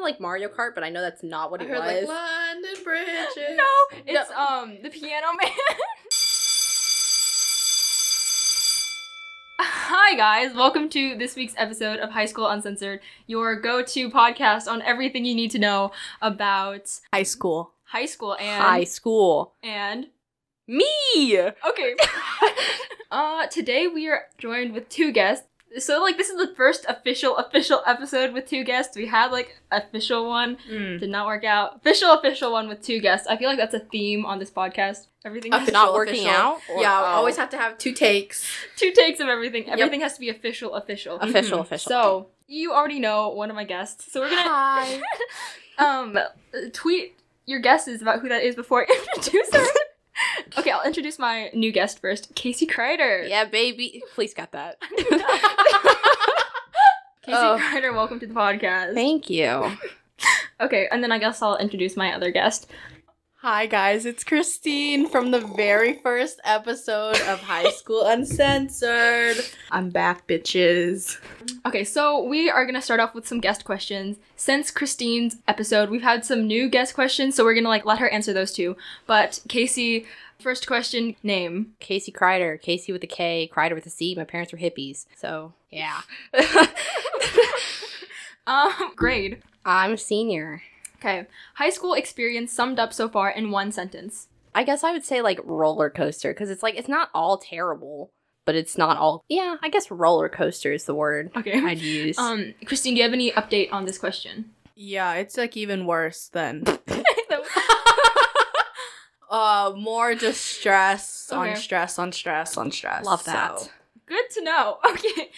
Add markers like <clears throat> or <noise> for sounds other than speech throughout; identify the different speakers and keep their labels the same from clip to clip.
Speaker 1: like Mario Kart, but I know that's not what
Speaker 2: I
Speaker 1: it
Speaker 2: heard like
Speaker 1: was.
Speaker 2: London Bridges.
Speaker 3: No, it's um the piano <laughs> man. Hi guys, welcome to this week's episode of High School Uncensored, your go-to podcast on everything you need to know about
Speaker 1: high school.
Speaker 3: high school and
Speaker 1: high school.
Speaker 3: and
Speaker 1: Me.
Speaker 3: okay. <laughs> uh today we are joined with two guests. So like this is the first official official episode with two guests. We had like official one
Speaker 2: Mm.
Speaker 3: Did not work out. Official, official one with two guests. I feel like that's a theme on this podcast. Everything has
Speaker 2: Official,
Speaker 3: not
Speaker 1: not working
Speaker 2: official.
Speaker 1: out. or-
Speaker 2: yeah,
Speaker 1: oh.
Speaker 2: always have to have two takes.
Speaker 3: two takes of everything. Everything has to be official, official.
Speaker 1: official.
Speaker 2: Mhm.
Speaker 1: Official.
Speaker 3: So you already know one of my guests. So
Speaker 1: <laughs>
Speaker 3: we're gonna
Speaker 2: <laughs> Hi.
Speaker 3: um tweet your guesses about who that is before I <laughs>
Speaker 1: <laughs>
Speaker 3: introduce her. okay, I'll introduce my new guest first, Casey Kreider.
Speaker 1: yeah, baby. Please got <laughs> that.
Speaker 3: Casey
Speaker 1: Oh.
Speaker 3: Kreider, welcome to the podcast.
Speaker 1: Thank you.
Speaker 3: okay, and then I guess I'll introduce my other guest.
Speaker 2: Hi guys, it's Christine from the very first episode of
Speaker 1: <laughs>
Speaker 2: High School Uncensored. I'm back, bitches.
Speaker 3: Okay, so we are gonna start off with some guest questions. Since Christine's episode, we've had some new guest questions, so we're gonna like let her answer those too. But Casey, first question, name.
Speaker 1: Casey Kreider. Casey with a K. Kreider with a C. My parents were hippies. So yeah.
Speaker 3: <laughs> Um, grade.
Speaker 1: I'm a senior.
Speaker 3: Okay. High school experience summed up so far in one sentence.
Speaker 1: I guess I would say like roller coaster because it's like it's not all terrible, but it's not all. Yeah, I guess roller coaster is the word <laughs>
Speaker 3: Okay.
Speaker 1: I'd use.
Speaker 3: Um, Christine, do you have any update on this question?
Speaker 2: Yeah, it's like even worse than uh more just stress
Speaker 3: Okay.
Speaker 2: on stress on stress on stress.
Speaker 1: Love that.
Speaker 2: So,
Speaker 3: <laughs> Good to know. Okay.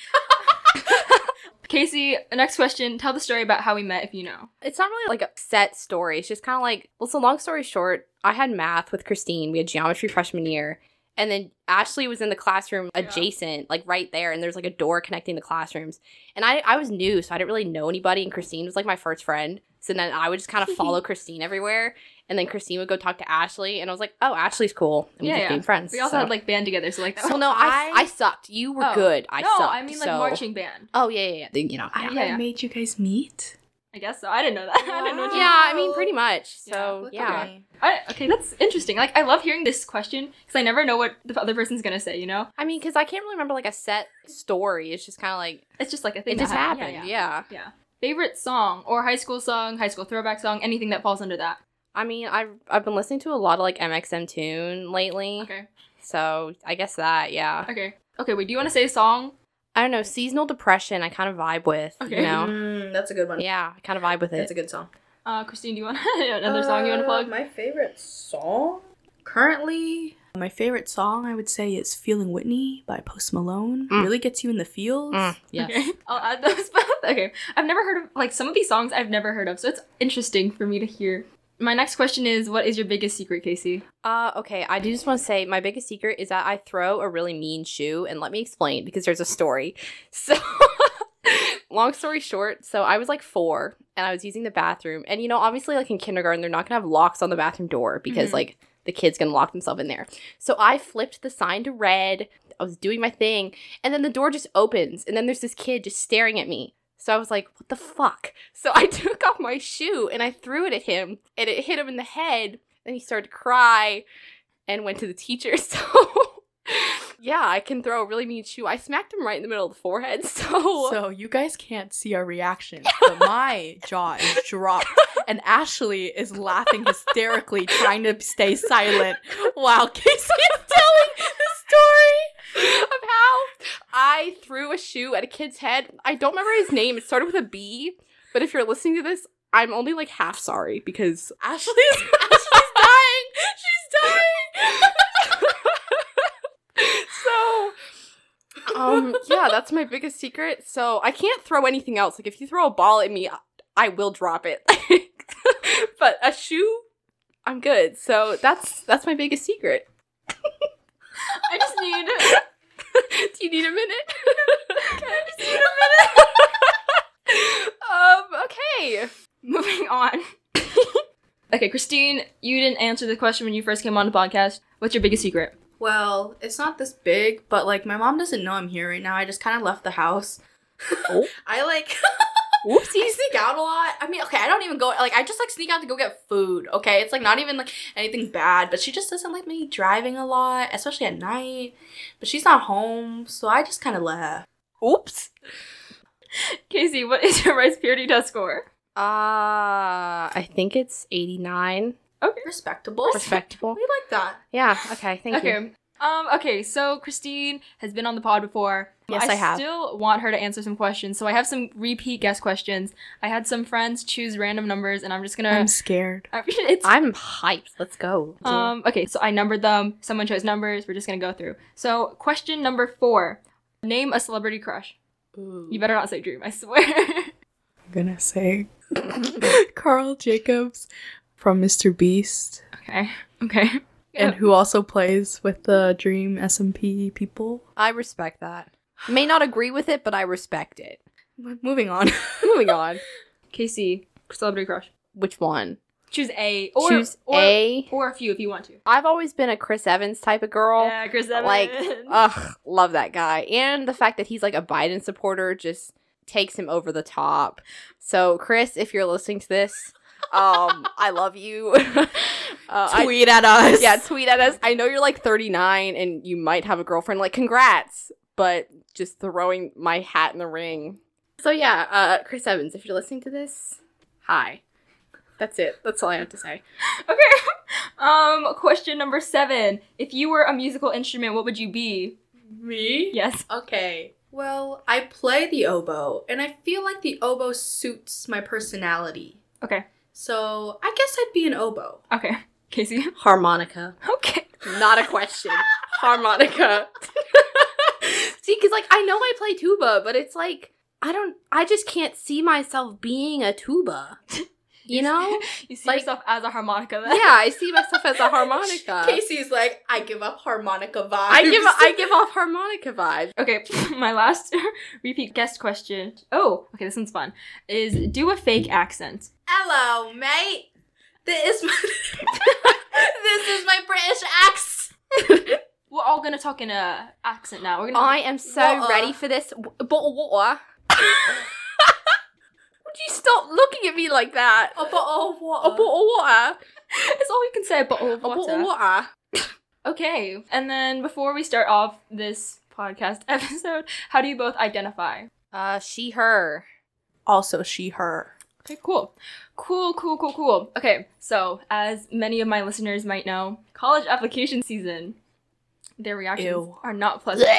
Speaker 3: <laughs> Casey, next question. Tell the story about how we met if you know.
Speaker 1: it's not really like a set story. It's just kind of like, well, so long story short, I had math with Christine. We had geometry freshman year. And then Ashley was in the classroom
Speaker 3: Yeah.
Speaker 1: adjacent, like right there. And there's like a door connecting the classrooms. And I, I was new, so I didn't really know anybody. And Christine was like my first friend. So then I would just
Speaker 3: <laughs>
Speaker 1: kind of follow Christine everywhere. And then Christine would go talk to Ashley. And I was like, oh, Ashley's cool. And we
Speaker 3: Yeah,
Speaker 1: just
Speaker 3: yeah.
Speaker 1: became friends.
Speaker 3: We also
Speaker 1: so.
Speaker 3: had like band together, so like that
Speaker 1: So no, I, I sucked. You were
Speaker 3: Oh.
Speaker 1: good. I
Speaker 3: no,
Speaker 1: sucked.
Speaker 3: I mean like
Speaker 1: so-
Speaker 3: marching band.
Speaker 1: Oh, yeah, yeah, yeah. Then, You know, yeah.
Speaker 3: I Yeah, yeah.
Speaker 2: made you guys meet.
Speaker 3: I guess so. I didn't know that. <laughs> I didn't know. What you-
Speaker 1: Yeah, I mean, pretty much. So,
Speaker 2: Look
Speaker 1: yeah.
Speaker 2: at me.
Speaker 3: I, okay, that's interesting. Like, I love hearing this question because I never know what the other person's gonna say. You know,
Speaker 1: I mean, because I can't really remember like a set story. It's just kind of like
Speaker 3: it's just like a thing.
Speaker 1: it
Speaker 3: that
Speaker 1: just happened. Yeah,
Speaker 3: Favorite song or high school song, high school throwback song, anything that falls under that.
Speaker 1: I mean, I've I've been listening to a lot of like MXM Tune lately,
Speaker 3: Okay.
Speaker 1: so I guess that yeah.
Speaker 3: Okay. Okay. Wait. Do you want to say a song?
Speaker 1: I don't know. Seasonal depression. I kind of vibe with.
Speaker 3: Okay.
Speaker 1: You
Speaker 3: <laughs>
Speaker 1: know.
Speaker 2: Mm, that's a good one.
Speaker 1: Yeah, I kind of vibe with
Speaker 2: That's
Speaker 1: it.
Speaker 2: a good song.
Speaker 3: Uh, Christine, do you want <laughs> another song you want to
Speaker 2: Uh,
Speaker 3: plug?
Speaker 2: My favorite song currently. My favorite song I would say is "Feeling Whitney" by Post Malone.
Speaker 1: Mm.
Speaker 2: Really gets you in the feels.
Speaker 1: Mm, yes.
Speaker 3: Okay. <laughs> I'll add those both. <laughs> Okay. I've never heard of like some of these songs I've never heard of, so it's interesting for me to hear. My next question is, what is your biggest secret, Casey?
Speaker 1: Uh, okay. I do just want to say my biggest secret is that I throw a really mean shoe, and let me explain because there's a story. <laughs> So, long story short, so I was like four, and I was using the bathroom, and you know, obviously, like in kindergarten, they're not gonna have locks on the bathroom door because
Speaker 3: Mhm.
Speaker 1: like the kid's gonna lock themselves in there. So I flipped the sign to red. I was doing my thing, and then the door just opens, and then there's this kid just staring at me. So I was like, what the fuck? <laughs> So I took off my shoe and I threw it at him, and it hit him in the head, and he started to cry and went to the teacher. <laughs> So yeah, I can throw a really mean shoe. I smacked him right in the middle of the forehead. <laughs>
Speaker 2: <laughs>
Speaker 1: So,
Speaker 2: So you guys can't see our reaction, but my jaw is dropped, and Ashley is laughing hysterically, trying to stay silent while Casey <laughs>
Speaker 1: <laughs>
Speaker 2: is telling the story.
Speaker 1: of how I threw a shoe at a kid's head. I don't remember his name. It started with a B, but if you're listening to this, I'm only like half sorry because
Speaker 2: Ashley
Speaker 1: <laughs>
Speaker 2: is Ashley's dying. She's dying.
Speaker 1: <laughs> so um yeah, that's my biggest secret. So I can't throw anything else. Like if you throw a ball at me, I- I will drop it. <laughs> but a shoe, I'm good. So that's that's my biggest secret.
Speaker 3: <laughs> I just need
Speaker 1: <laughs> Do you need a <laughs> minute? I just need a minute? <laughs> um, okay.
Speaker 3: <laughs> moving on. <laughs> okay, Christine, you didn't answer the question when you first came on the podcast. What's your biggest secret?
Speaker 2: Well, it's not this big,
Speaker 1: <laughs>
Speaker 2: but like my mom doesn't know I'm here right now. I just kind of left the house.
Speaker 1: Oh.
Speaker 2: I like
Speaker 1: Whoopsies.
Speaker 4: Whoopsies.
Speaker 1: sneak out a lot. I mean, okay, I don't even go like I just like sneak out to go get food. Okay, it's like not even like anything bad, but she just doesn't like me driving a lot, especially at night. But she's not home, so I just kind of let her.
Speaker 4: Oops.
Speaker 3: Casey, what is your rice purity test score?
Speaker 1: Uh, I think it's eighty nine.
Speaker 3: Okay.
Speaker 1: Respectable. Respectable.
Speaker 4: We like that.
Speaker 1: Yeah. Okay. Thank
Speaker 3: okay. Um, okay, so Christine has been on the pod before.
Speaker 1: Yes, I have.
Speaker 3: still want her to answer some questions, so I have some repeat guest questions. I had some friends choose random numbers, and I'm just gonna. <laughs>
Speaker 4: I'm scared.
Speaker 3: I- it's
Speaker 1: I'm hyped. Let's go.
Speaker 3: Um, okay, so I numbered them. Someone chose numbers. We're just gonna go through. So, question number four: Name a celebrity crush. You better not say Dream. I swear. <laughs>
Speaker 4: I'm gonna say <laughs> Carl Jacobs from Mr. Beast,
Speaker 3: okay. Okay.
Speaker 4: and who also plays with the Dream SMP people.
Speaker 1: I respect that. May not agree with it, but I respect it.
Speaker 4: M- Moving on.
Speaker 1: <laughs> Moving on.
Speaker 3: Casey, celebrity crush.
Speaker 1: Which one?
Speaker 3: Choose a or
Speaker 1: Choose
Speaker 3: or,
Speaker 1: A.
Speaker 3: or a few if you want to.
Speaker 1: I've always been a Chris Evans type of girl.
Speaker 3: Yeah, Chris Evans.
Speaker 1: Like, <laughs> ugh, love that guy. And the fact that he's like a Biden supporter just takes him over the top. So, Chris, if you're listening to this, <laughs> um, I love you. uh,
Speaker 4: <laughs>
Speaker 1: I-
Speaker 4: at us.
Speaker 1: yeah, tweet at us. I know you're like 39 and you might have a girlfriend. Like, congrats, but just throwing my hat in the ring. So, yeah, uh, Chris Evans, if you're listening to this, hi. That's it. That's all I have to say.
Speaker 3: okay. <laughs> Um, question number seven: If you were a musical instrument, what would you be?
Speaker 4: Me?
Speaker 3: Yes.
Speaker 4: Okay.
Speaker 1: Well, I play the oboe, and I feel like the oboe suits my personality.
Speaker 3: Okay.
Speaker 1: So I guess I'd be an oboe.
Speaker 3: Okay. <laughs> Casey.
Speaker 1: Harmonica.
Speaker 3: Okay.
Speaker 1: Not a <laughs> question. Harmonica. <laughs> see, because, like, I know I play tuba, but it's like, I don't, I just can't see myself being a <laughs> tuba. You <laughs> know?
Speaker 3: <laughs> You see
Speaker 1: Like-
Speaker 3: yourself as a harmonica. Then.
Speaker 1: yeah, I see myself as <laughs> a harmonica.
Speaker 4: Casey's like, I give up harmonica vibes.
Speaker 1: I give, <laughs> I give off harmonica vibes.
Speaker 3: Okay, <laughs> my last repeat guest question. Oh, okay, this one's fun. Is do a fake accent.
Speaker 1: Hello, mate. This is
Speaker 4: <laughs>
Speaker 1: my, <laughs> this is my British accent.
Speaker 3: We're all gonna talk in a accent now. We're gonna. <laughs>
Speaker 1: I am so
Speaker 4: Water.
Speaker 1: ready for this w- bottle of <laughs> water. Would you stop looking at me like that?
Speaker 4: a bottle of
Speaker 1: A bottle of water.
Speaker 3: it's all you can say. A bottle of
Speaker 1: A
Speaker 3: water.
Speaker 1: bottle of water.
Speaker 3: Okay, and then before we start off this podcast <laughs> episode, how do you both identify?
Speaker 1: Uh, she, her.
Speaker 4: Also, she, her.
Speaker 3: Okay, cool. Cool, cool, cool, cool. Okay, so as many of my listeners might know, college application season, their reactions
Speaker 4: Ew.
Speaker 3: are
Speaker 1: <laughs>
Speaker 3: not pleasant.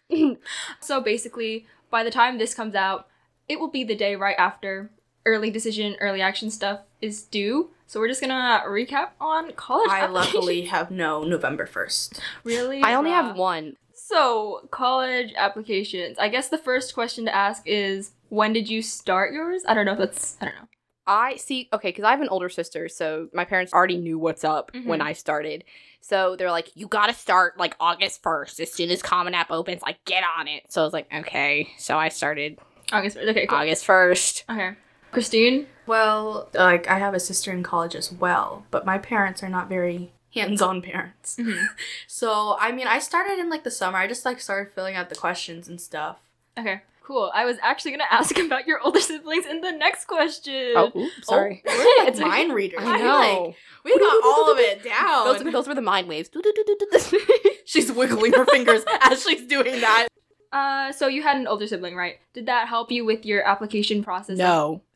Speaker 3: <laughs> so basically, by the time this comes out, it will be the day right after early decision, early action stuff is due. So we're just gonna recap on college.
Speaker 1: <laughs>
Speaker 4: I
Speaker 3: application.
Speaker 4: luckily have no November 1st.
Speaker 3: <laughs> really.
Speaker 1: I only
Speaker 3: rough.
Speaker 1: have one.
Speaker 3: So, college applications. I guess the first question to ask is when did you start yours? I don't know if that's I don't know.
Speaker 1: I see. Okay, because I have an older sister, so my parents already knew what's up
Speaker 3: Mhm.
Speaker 1: when I started. So they're like, "You gotta start like August first, as soon as Common App opens. Like, get on it." So I was like, "Okay." So I started
Speaker 3: August. Okay, cool.
Speaker 1: August first.
Speaker 3: Okay. Christine?
Speaker 4: Well, like, I have a sister in college as well, but my parents are not very hands on parents.
Speaker 1: Mm-hmm.
Speaker 4: <laughs> So, I mean, I started in like the summer. I just like started filling out the questions and stuff.
Speaker 3: Okay. Cool. I was actually gonna <laughs> ask about your older siblings in the next question.
Speaker 1: Oh, oops, sorry.
Speaker 4: Oh, we're
Speaker 1: <laughs>
Speaker 4: like
Speaker 3: It's okay.
Speaker 4: mind readers.
Speaker 1: I
Speaker 4: We're,
Speaker 1: know.
Speaker 4: Like,
Speaker 1: <laughs>
Speaker 4: we got all of it down.
Speaker 1: Those, those were the mind waves. <laughs>
Speaker 4: she's wiggling her fingers as she's doing that.
Speaker 3: Uh, so you had an older sibling, right? Did that help you with your application process?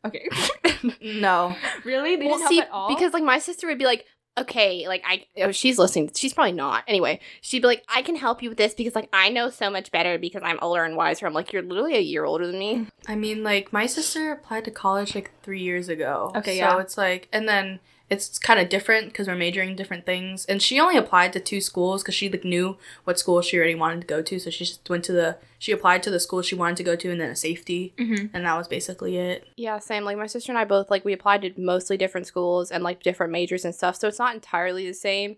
Speaker 3: Okay. <laughs>
Speaker 4: No.
Speaker 3: really? They
Speaker 1: well,
Speaker 3: didn't
Speaker 1: see,
Speaker 3: help at all.
Speaker 1: because like my sister would be like, okay, like I, oh, she's listening. She's probably not. Anyway, she'd be like, I can help you with this because like I know so much better because I'm older and wiser. I'm like, you're literally a year older than me.
Speaker 4: I mean, like, my sister applied to college like three years ago.
Speaker 3: Okay,
Speaker 4: so
Speaker 3: yeah.
Speaker 4: it's like, and then it's kind of different because we're majoring in different things. And she only applied to two schools because she like knew what school she already wanted to go to. So she just went to the, she applied to the school she wanted to go to and then a safety.
Speaker 3: Mhm.
Speaker 4: And that was basically it.
Speaker 1: Yeah, same. Like my sister and I both like we applied to mostly different schools and like different majors and stuff, so it's not entirely the same.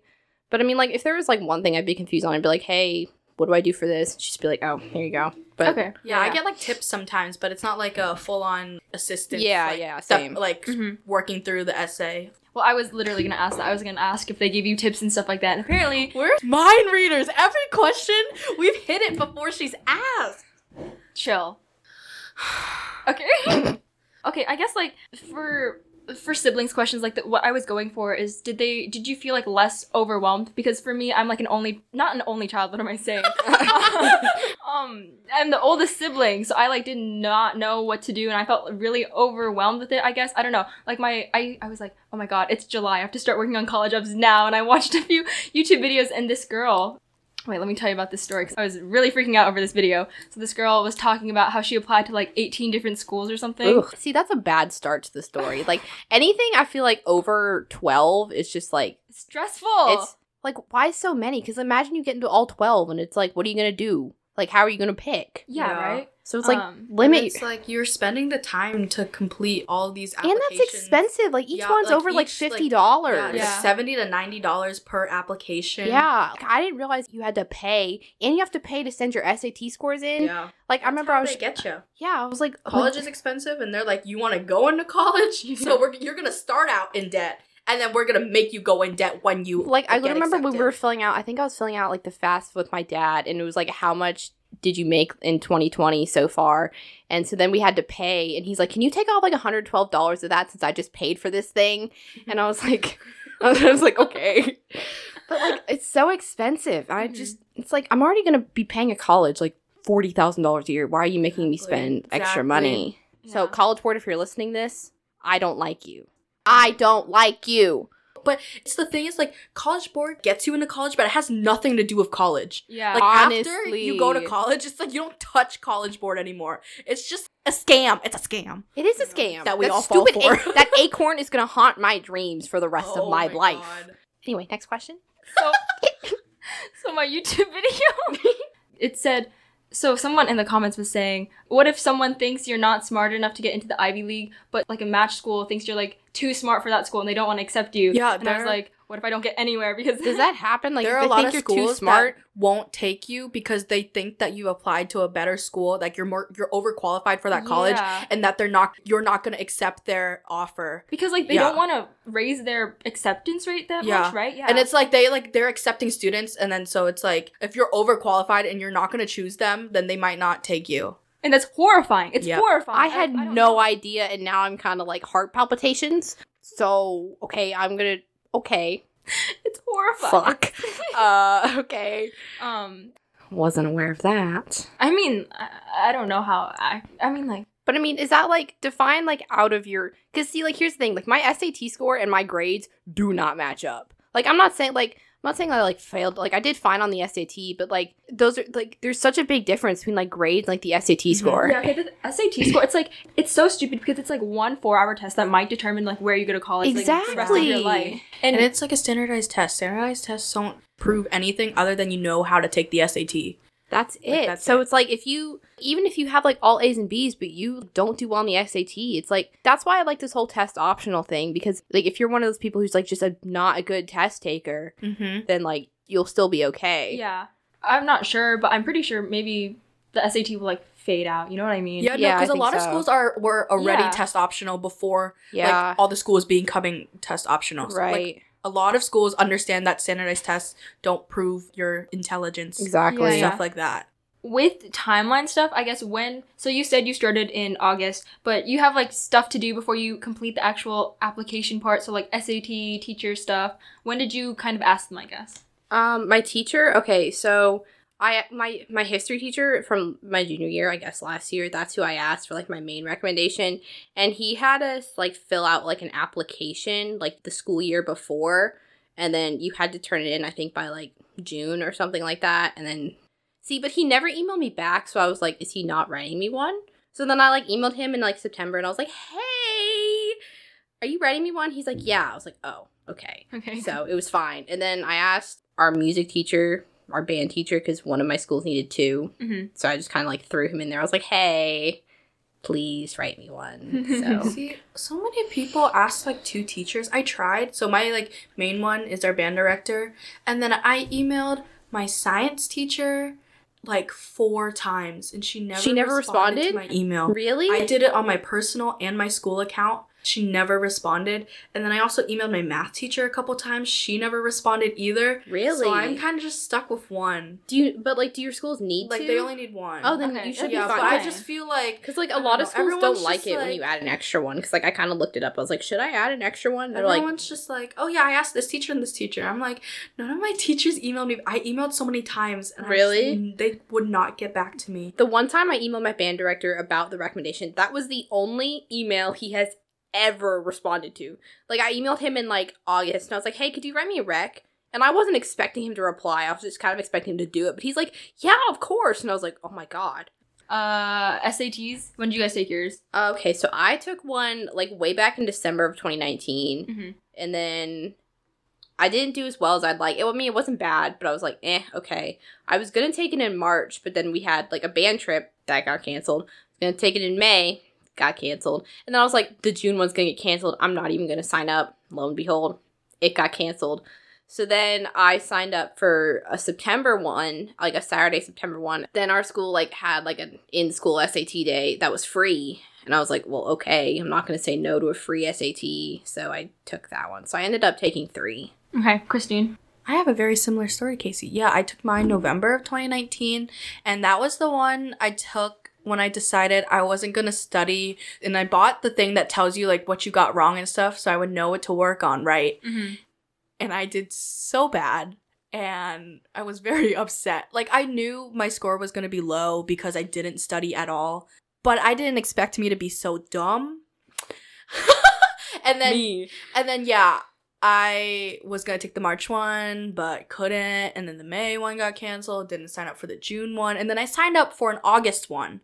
Speaker 1: But I mean, like if there was like one thing I'd be confused on, I'd be like, hey, what do I do for this? And she'd be like, oh, here you go. But
Speaker 3: okay.
Speaker 4: Yeah, I get like tips sometimes, but it's not like a full on assistance.
Speaker 1: Yeah,
Speaker 4: like,
Speaker 1: yeah,
Speaker 4: step-
Speaker 1: same.
Speaker 4: like
Speaker 3: Mhm.
Speaker 4: working through the essay.
Speaker 3: Well, I was literally gonna ask that. I was gonna ask if they gave you tips and stuff like that. And apparently,
Speaker 4: We're mind readers. Every question we've hit <sighs> it before she's asked.
Speaker 3: chill. Okay. Okay, I guess like for for siblings questions like that what I was going for is did they did you feel like less overwhelmed because for me I'm like an only not an only child what am I saying <laughs> um I'm the oldest sibling so I like did not know what to do and I felt really overwhelmed with it I guess I don't know like my I I was like oh my god it's July I have to start working on college jobs now and I watched a few YouTube videos and this girl Wait, let me tell you about this story because I was really freaking out over this video. So this girl was talking about how she applied to like 18 different schools or something.
Speaker 1: Ugh. See, that's a bad start to the story. Like anything I feel like over 12 is just like
Speaker 3: Stressful.
Speaker 4: Oh.
Speaker 1: it's like why so many? Cuz imagine you get into all 12 and it's like what are you going to do? Like how are you going to pick?
Speaker 3: yeah,
Speaker 4: Yeah.
Speaker 3: right.
Speaker 1: So it's like
Speaker 3: Um,
Speaker 1: limit
Speaker 4: It's like you're spending the time to complete all these
Speaker 1: and
Speaker 4: applications.
Speaker 1: that's expensive. Like each
Speaker 4: Yeah,
Speaker 1: one's
Speaker 4: like,
Speaker 1: over like
Speaker 4: each, like-
Speaker 1: $50.
Speaker 4: Yeah,
Speaker 1: Yeah.
Speaker 4: it's
Speaker 3: Yeah.
Speaker 4: seventy to ninety dollars per application.
Speaker 1: Like, I didn't realize you had to pay and you have to pay to send your SAT scores in.
Speaker 4: yeah.
Speaker 1: Like I remember I was
Speaker 4: they get you.
Speaker 1: Yeah, I was like
Speaker 4: College is expensive, and they're like, you want to go into college, <laughs> so we're, you're gonna start out in debt, and then we're gonna make you go in debt when you
Speaker 1: like I
Speaker 4: get
Speaker 1: remember when we
Speaker 4: accepted.
Speaker 1: were filling out. I think I was filling out like the fast with my dad, and it was like, how much did you make in 2020 so far? And so then we had to pay, and he's like, can you take off like 112 dollars of that since I just paid for this thing? And I was like, <laughs> I was like, okay, but like it's so expensive. I
Speaker 4: Mhm.
Speaker 1: just it's like I'm already gonna be paying a college like forty thousand dollars a year. Why are you making me
Speaker 4: Exactly.
Speaker 1: spend extra
Speaker 4: Exactly.
Speaker 1: money? So
Speaker 3: Yeah.
Speaker 1: college board, if you're listening to this, I don't like you. I don't like you.
Speaker 4: It's the thing is like college board gets you into college, but it has nothing to do with college.
Speaker 3: yeah.
Speaker 4: Like after
Speaker 1: Honestly.
Speaker 4: you go to college, it's like you don't touch college board anymore. It's just a scam. It's a scam.
Speaker 1: It is a
Speaker 3: you know,
Speaker 1: scam
Speaker 4: that we all fall
Speaker 1: stupid
Speaker 4: for.
Speaker 1: ac- that acorn is going to haunt my dreams for the rest
Speaker 4: Oh
Speaker 1: of Oh my, life. Anyway, next question.
Speaker 3: so, so my YouTube video, <laughs> it said, so someone in the comments was saying, what if someone thinks you're not smart enough to get into the Ivy League, but like a match school thinks you're like too smart for that school and they don't want to accept you?
Speaker 4: Yeah,
Speaker 3: and I was
Speaker 4: there-
Speaker 3: like, what if I don't get anywhere because <laughs>
Speaker 1: Does that happen? Like,
Speaker 4: there
Speaker 1: if
Speaker 4: are
Speaker 1: they
Speaker 4: a lot
Speaker 1: think
Speaker 4: of
Speaker 1: you're
Speaker 4: schools
Speaker 1: too smart.
Speaker 4: that won't take you because they think that you applied to a better school, like you're more you're overqualified for that college,
Speaker 3: Yeah.
Speaker 4: and that they're not you're not going to accept their offer.
Speaker 3: because like they
Speaker 4: Yeah.
Speaker 3: don't want to raise their acceptance rate that
Speaker 4: Yeah.
Speaker 3: much, right? Yeah,
Speaker 4: And it's like they like they're accepting students, and then so it's like if you're overqualified and you're not going to choose them, then they might not take you.
Speaker 3: and that's horrifying. It's
Speaker 4: Yep.
Speaker 3: horrifying.
Speaker 1: I had
Speaker 3: don't
Speaker 1: no
Speaker 3: know.
Speaker 1: idea, and now I'm kind of like heart palpitations. So, okay, I'm going to. Okay.
Speaker 3: It's horrifying.
Speaker 1: Fuck. <laughs> uh, okay.
Speaker 3: Um,
Speaker 1: Wasn't aware of that.
Speaker 3: I mean, I, I don't know how. I, I mean, like,
Speaker 1: But I mean, is that like define like out of your cuz see like here's the thing, like my SAT score and my grades do not match up. Like I'm not saying like I'm not saying I like failed, like I did fine on the SAT, but like those are like there's such a big difference between like grades and, like the SAT
Speaker 4: Mhm.
Speaker 1: score.
Speaker 3: Yeah, okay, the SAT score. It's like it's so stupid because it's like one four-hour test that might determine like where you go to college, like, the rest of your
Speaker 1: Exactly.
Speaker 3: life.
Speaker 4: And it's like a standardized test. Standardized tests don't prove anything other than you know how to take the SAT.
Speaker 1: That's it.
Speaker 4: that's
Speaker 1: so
Speaker 4: it.
Speaker 1: it's like if you even if you have like all A's and B's but you don't do well on the SAT, it's like that's why I like this whole test optional thing because like if you're one of those people who's like just a not a good test taker,
Speaker 4: Mm-hmm.
Speaker 1: then like you'll still be okay.
Speaker 3: yeah, I'm not sure, but I'm pretty sure maybe the SAT will like fade out. You know what I mean?
Speaker 4: Yeah,
Speaker 1: Yeah,
Speaker 4: no,
Speaker 1: I
Speaker 4: because a
Speaker 1: think
Speaker 4: lot of
Speaker 1: so.
Speaker 4: schools are were already
Speaker 3: Yeah.
Speaker 4: test optional before
Speaker 1: Yeah.
Speaker 4: like all the schools being coming test optional. So, like,
Speaker 1: right.
Speaker 4: a lot of schools understand that standardized tests don't prove your intelligence,
Speaker 1: exactly.
Speaker 4: stuff like that.
Speaker 3: With timeline stuff, I guess when so you said you started in August, but you have like stuff to do before you complete the actual application part. So like SAT teacher stuff. When did you kind of ask them? I guess.
Speaker 1: Um, my teacher. Okay, so I my my history teacher from my junior year, I guess last year. That's who I asked for like my main recommendation, and he had us like fill out like an application like the school year before, and then you had to turn it in. I think by like June or something like that, and then see, but he never emailed me back. So I was like, is he not writing me one? So then I like emailed him in like September, and I was like, hey, are you writing me one? He's like, yeah. I was like, oh, okay.
Speaker 3: Okay.
Speaker 1: So it was fine. And then I asked our music teacher, our band teacher, because one of my schools needed two.
Speaker 4: Mm-hmm.
Speaker 3: Mhm.
Speaker 1: So I just kind of like threw him in there. I was like, hey, please write me one.
Speaker 4: <laughs>
Speaker 1: So.
Speaker 4: See, so many people ask like two teachers. I tried. So my like main one is our band director, and then I emailed my science teacher like four times, and she never
Speaker 1: She never
Speaker 4: responded, to my email.
Speaker 1: Really?
Speaker 4: I did it on my personal and my school account. She never responded. And then I also emailed my math teacher a couple times. She never responded either.
Speaker 1: Really?
Speaker 4: So I'm kind of just stuck with one.
Speaker 1: do you? But like, do your schools need
Speaker 4: Like
Speaker 1: to?
Speaker 4: they only need one.
Speaker 1: Oh, then
Speaker 3: Okay,
Speaker 1: you should
Speaker 3: that'd
Speaker 1: be
Speaker 4: yeah,
Speaker 1: fine.
Speaker 4: but I just feel like
Speaker 1: Because like a
Speaker 4: I don't
Speaker 1: lot
Speaker 4: know,
Speaker 1: of schools
Speaker 4: everyone's
Speaker 1: don't like
Speaker 4: just,
Speaker 1: it when
Speaker 4: like-
Speaker 1: you add an extra one. Because like I kind of looked it up. I was like, should I add an extra one? They're like,
Speaker 4: everyone's just like, oh yeah, I asked this teacher and this teacher. I'm like, none of my teachers emailed me. I emailed so many times, and I just-
Speaker 1: Really?
Speaker 4: they would not get back to me.
Speaker 1: The one time I emailed my band director about the recommendation, that was the only email he has ever responded to. Like I emailed him in like August and I was like, "Hey, could you write me a rec?" And I wasn't expecting him to reply. I was just kind of expecting him to do it, but he's like, "Yeah, of course." And I was like, "Oh my god."
Speaker 3: Uh, SATs. When did you guys take yours?
Speaker 1: Okay, so I took one like way back in December of 2019
Speaker 3: Mhm.
Speaker 1: and then I didn't do as well as I'd like. It, I mean, it wasn't bad, but I was like, eh, okay. I was gonna take it in March, but then we had like a band trip that got canceled. I was gonna take it in May, got canceled, and then I was like, the June one's gonna get canceled. I'm not even gonna sign up. Lo and behold, it got canceled. So then I signed up for a September one, like a Saturday September one. Then our school like had like an in school SAT day that was free. And I was like, well, okay, I'm not going to say no to a free SAT. So I took that one. So I ended up taking three.
Speaker 3: Okay, Christine.
Speaker 4: I have a very similar story, Casey. Yeah, I took mine November of 2019, and that was the one I took when I decided I wasn't gonna study. And I bought the thing that tells you like what you got wrong and stuff, so I would know what to work on, right?
Speaker 3: Mm-hmm.
Speaker 4: And I did so bad, and I was very <laughs> upset. Like I knew my score was gonna be low because I didn't study at all, but I didn't expect me to be so dumb. <laughs> and then
Speaker 1: Me.
Speaker 4: and then yeah, I was gonna take the March one, but couldn't. And then the May one got canceled. Didn't sign up for the June one, and then I signed up for an August one.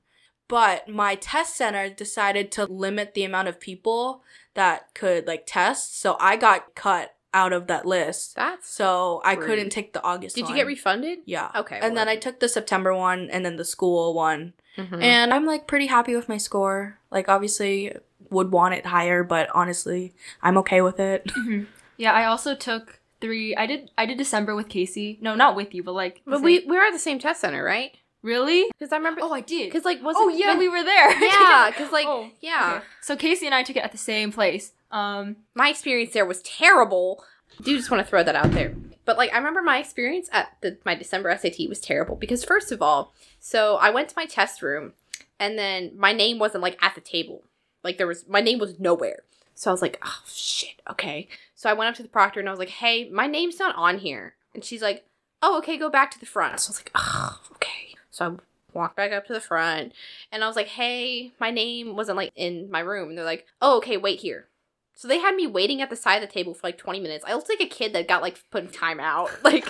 Speaker 4: But my test center decided to limit the amount of people that could like test, so I got cut out of that list.
Speaker 1: That's.
Speaker 4: So I
Speaker 1: Rude.
Speaker 4: couldn't take the August.
Speaker 1: Did you
Speaker 4: one.
Speaker 1: get refunded?
Speaker 4: Yeah.
Speaker 1: Okay.
Speaker 4: And then I took the September one, and then the school one,
Speaker 1: Mhm.
Speaker 4: and I'm like pretty happy with my score. Like obviously would want it higher, but honestly, I'm okay with it.
Speaker 3: <clears throat> Yeah, I also took three. I did. I did December with Casey. No, not with you, but like.
Speaker 1: But
Speaker 3: the
Speaker 1: we,
Speaker 3: same-
Speaker 1: we were at the same test center, right?
Speaker 3: really.
Speaker 1: Because I remember.
Speaker 3: I did.
Speaker 1: Because, like, wasn't.
Speaker 3: Oh yeah, we were there.
Speaker 1: <laughs>
Speaker 3: <laughs>
Speaker 1: Yeah, because, like,
Speaker 3: Oh,
Speaker 1: yeah.
Speaker 3: Okay. So Casey and I took it at the same place. Um,
Speaker 1: my experience there was terrible. Do just want to throw that out there. But like I remember my experience at the, my December SAT was terrible because first of all, so I went to my test room and then my name wasn't like at the table. Like there was my name was nowhere. So I was like, "Oh shit, okay." So I went up to the proctor and I was like, "Hey, my name's not on here." And she's like, "Oh, okay, go back to the front." So I was like, "Oh, okay." So I walked back up to the front and I was like, "Hey, my name wasn't like in my room." And they're like, "Oh, okay, wait here." So they had me waiting at the side of the table for like 20 minutes. I looked like a kid that got like put in timeout. <laughs> Like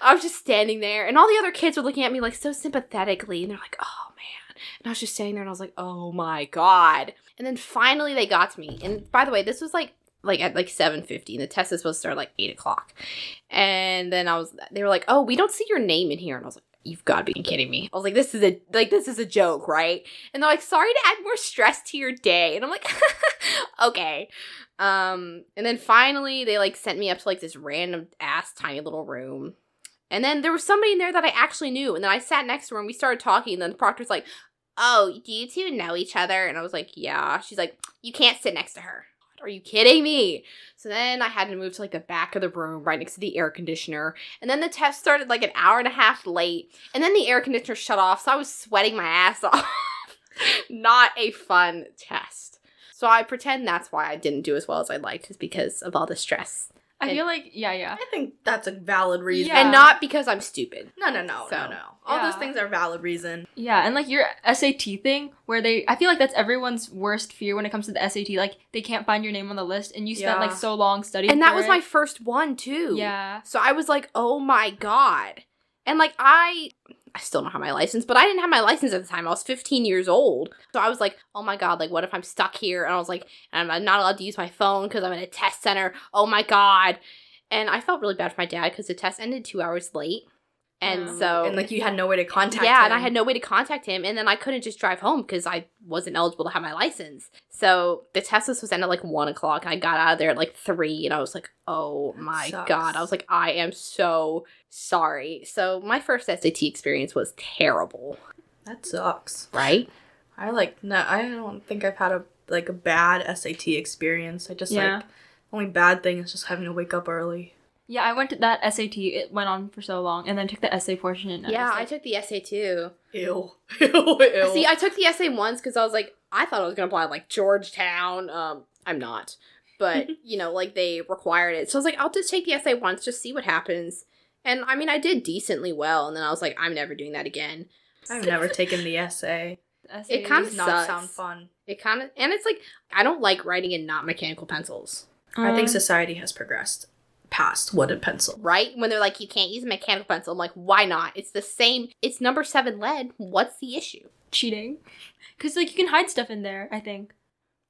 Speaker 1: I was just standing there and all the other kids were looking at me like so sympathetically and they're like, "Oh man." And I was just standing there and I was like, "Oh my god." And then finally they got to me. And by the way, this was like like at like 7.50 and the test is supposed to start at like 8 o'clock and then i was they were like oh we don't see your name in here and i was like you've got to be kidding me i was like this is a like this is a joke right and they're like sorry to add more stress to your day and i'm like <laughs> okay um, and then finally they like sent me up to like this random ass tiny little room. And then there was somebody in there that I actually knew, and then I sat next to her and we started talking, and then the proctor's like, Oh, do you two know each other? And I was like, Yeah. She's like, You can't sit next to her. Are you kidding me? So then I had to move to like the back of the room right next to the air conditioner. And then the test started like an hour and a half late. And then the air conditioner shut off, so I was sweating my ass <laughs> off. Not a fun test. So I pretend that's why I didn't do as well as I liked, is because of all the stress.
Speaker 3: I
Speaker 1: And-
Speaker 3: feel like yeah, yeah.
Speaker 4: I think that's a valid reason.
Speaker 3: Yeah.
Speaker 1: And not because I'm stupid.
Speaker 4: no, no, no,
Speaker 1: So,
Speaker 4: no, no. All
Speaker 3: yeah.
Speaker 4: those things are valid reason.
Speaker 3: Yeah, and like your SAT thing, where they, I feel like that's everyone's worst fear when it comes to the SAT. Like they can't find your name on the list, and you spent
Speaker 4: Yeah.
Speaker 3: like so long studying.
Speaker 1: And that
Speaker 3: for
Speaker 1: was
Speaker 3: it.
Speaker 1: my first one, too.
Speaker 3: Yeah.
Speaker 1: So I was like, oh my God. And like, I. I still don't have my license, but I didn't have my license at the time. I was 15 years old. So I was like, oh my God, like, what if I'm stuck here? And I was like, and I'm not allowed to use my phone because I'm in a test center. Oh my God. And I felt really bad for my dad because the test ended two hours late. And
Speaker 3: Yeah.
Speaker 1: so.
Speaker 4: And like you had no way to contact.
Speaker 1: yeah, and I
Speaker 4: him.
Speaker 1: had no way to contact him, and then I couldn't just drive home because I wasn't eligible to have my license. So the test was supposed to end at like one o'clock. and I got out of there at like three, and I was like, "Oh
Speaker 4: That
Speaker 1: my
Speaker 4: sucks.
Speaker 1: god!" I was like, "I am so sorry." So my first SAT experience was terrible,
Speaker 4: That sucks.
Speaker 1: right?
Speaker 4: I like no. I don't think I've had a like a bad SAT experience. I just
Speaker 3: Yeah.
Speaker 4: like the only bad thing is just having to wake up early.
Speaker 3: Yeah, I went to that SAT. It went on for so long, and then took the essay portion. And
Speaker 1: yeah, I
Speaker 3: I, was
Speaker 1: took the essay too. <laughs>
Speaker 4: Ew. ew, ew.
Speaker 1: See, I took the essay once because I was like, I thought I was gonna apply like Georgetown. Um, I'm not, but
Speaker 3: <laughs>
Speaker 1: you know, like they required it, so I was like, I'll just take the essay once, just see what happens. And I mean, I did decently well, and then I was like, I'm never doing that again. <laughs>
Speaker 4: I've never taken the essay.
Speaker 3: like, the essay
Speaker 1: it kinda
Speaker 3: is-
Speaker 4: Does not
Speaker 1: Sucks.
Speaker 4: sound fun.
Speaker 1: It kind of, and it's like I don't like writing in not mechanical pencils.
Speaker 4: I think
Speaker 3: Um,
Speaker 4: society has progressed past wood and pencil.
Speaker 1: Right when they're like, you can't use a mechanical pencil. I'm like, why not? It's the same. It's number seven lead. What's the issue?
Speaker 3: cheating, because like you can hide stuff in there. I think.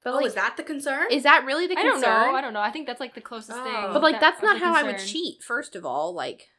Speaker 1: But
Speaker 4: oh,
Speaker 1: like,
Speaker 4: is that the concern?
Speaker 1: is that really the
Speaker 3: I
Speaker 1: concern?
Speaker 3: don't know. I don't know. I think that's like the closest
Speaker 4: Oh.
Speaker 3: thing.
Speaker 1: But like,
Speaker 3: that-
Speaker 1: that's
Speaker 3: of
Speaker 1: not
Speaker 3: the
Speaker 1: how I would
Speaker 3: concern.
Speaker 1: cheat. First of all, like,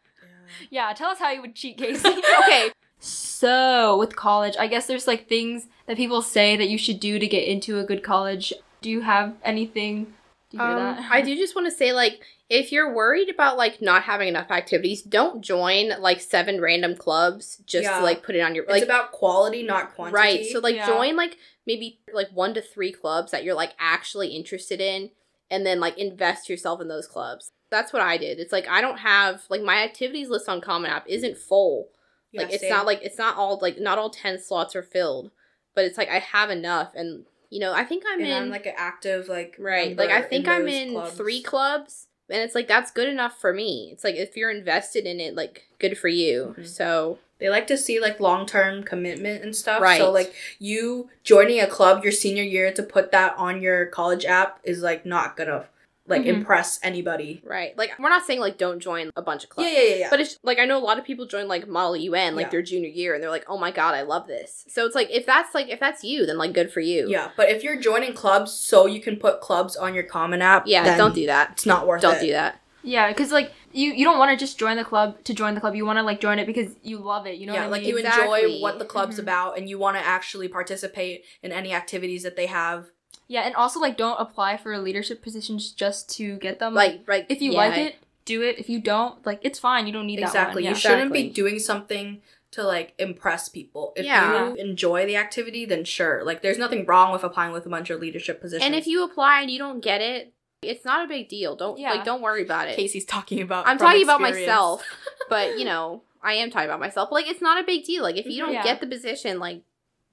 Speaker 3: Yeah, tell us how you would cheat,
Speaker 1: <laughs>
Speaker 3: Casey. <laughs>
Speaker 1: okay,
Speaker 3: So, with college, I guess there's like things that people say that you should do to get into a good college. Do you have anything? Do you hear
Speaker 1: Um,
Speaker 3: that?
Speaker 1: I do just want to say, like, if you're worried about like not having enough activities, don't join like seven random clubs just
Speaker 4: Yeah.
Speaker 1: to like put it on your
Speaker 4: it's
Speaker 1: like
Speaker 4: about quality, not quantity.
Speaker 1: right. So like
Speaker 3: Yeah.
Speaker 1: join like maybe like one to three clubs that you're like actually interested in, and then like invest yourself in those clubs. That's what I did. It's like I don't have like my activities list on Common App isn't full.
Speaker 4: Yeah,
Speaker 1: like it's
Speaker 4: same.
Speaker 1: not like it's not all like not all ten slots are filled, but it's like I have enough, and you know I think I'm
Speaker 4: and
Speaker 1: in
Speaker 4: I'm like an active like
Speaker 1: Right.
Speaker 4: member
Speaker 1: Like I think I'm
Speaker 4: those
Speaker 1: in
Speaker 4: clubs.
Speaker 1: three clubs and it's like that's good enough for me. It's like if you're invested in it, like good for you.
Speaker 4: Mhm.
Speaker 1: So
Speaker 4: They like to see like long term commitment and stuff.
Speaker 1: Right.
Speaker 4: So like you joining a club your senior year to put that on your college app is like not gonna like
Speaker 3: Mhm.
Speaker 1: Mm-hmm.
Speaker 4: impress anybody.
Speaker 1: right. Like we're not saying like don't join a bunch of clubs.
Speaker 4: Yeah, yeah, yeah, yeah.
Speaker 1: But it's like I know a lot of people join like Model UN like
Speaker 4: Yeah.
Speaker 1: their junior year and they're like, Oh my god, I love this. So it's like if that's like if that's you, then like good for you.
Speaker 4: yeah, but if you're joining clubs so you can put clubs on your common app,
Speaker 1: Yeah,
Speaker 4: then
Speaker 1: don't do that.
Speaker 4: It's not worth
Speaker 1: Don't
Speaker 4: it. Mm-hmm.
Speaker 1: do that.
Speaker 3: <laughs> yeah, because like you, you don't want to just join the club to join the club. You want to like join it because you love it. You know
Speaker 4: yeah,
Speaker 3: what I
Speaker 4: like
Speaker 3: mean?
Speaker 4: you
Speaker 1: Exactly. Mm-hmm.
Speaker 4: enjoy what the club's
Speaker 3: Mhm.
Speaker 4: about and you want to actually participate in any activities that they have.
Speaker 3: yeah, and also like don't apply for leadership positions just to get them.
Speaker 1: Like right
Speaker 3: if you
Speaker 1: yeah,
Speaker 3: like it, do it. If you don't, like it's fine. You don't need
Speaker 4: exactly.
Speaker 3: that
Speaker 4: You
Speaker 3: one.
Speaker 4: shouldn't be
Speaker 1: Exactly.
Speaker 4: doing something to like impress people. If
Speaker 1: Yeah.
Speaker 4: you enjoy the activity, then sure. Like there's nothing wrong with applying with a bunch of leadership positions.
Speaker 1: And if you apply and you don't get it, it's not a big deal. Don't
Speaker 3: Yeah.
Speaker 1: like don't worry about it.
Speaker 2: Casey's talking about.
Speaker 1: I'm
Speaker 2: from
Speaker 1: talking about
Speaker 2: experience.
Speaker 4: <laughs>
Speaker 1: myself, but you know, I am talking about myself. But, like, it's not a big deal. Like, if you don't
Speaker 3: Yeah.
Speaker 1: get the position, like,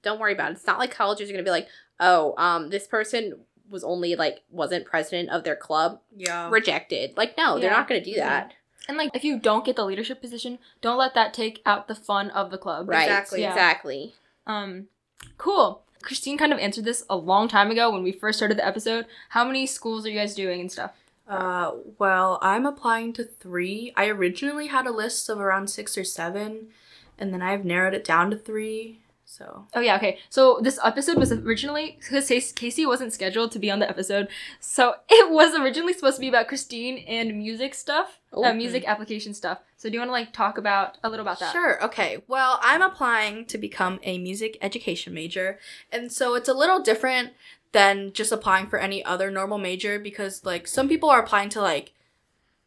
Speaker 1: don't worry about it. It's not like colleges are gonna be like, oh, um, this person was only like wasn't president of their club,
Speaker 4: yeah,
Speaker 1: rejected. Like, no, they're
Speaker 3: Yeah.
Speaker 1: not gonna do that.
Speaker 3: And like if you don't get the leadership position, don't let that take out the fun of the club.
Speaker 1: Right? Exactly.
Speaker 4: Exactly.
Speaker 3: Yeah.
Speaker 1: Exactly.
Speaker 3: Um, cool. Christine kind of answered this a long time ago when we first started the episode. How many schools are you guys doing and stuff?
Speaker 4: uh, well, I'm applying to three. I originally had a list of around six or seven, and then I've narrowed it down to three. So
Speaker 3: Oh yeah, okay. So this episode was originally because Casey wasn't scheduled to be on the episode, so <laughs> it was originally supposed to be about Christine and music stuff, uh,
Speaker 1: Ooh.
Speaker 3: music application stuff. So do you want to like talk about a little about that?
Speaker 4: Sure. Okay. Well, I'm applying to become a music education major. And so it's a little different than just applying for any other normal major because, like, some people are applying to, like,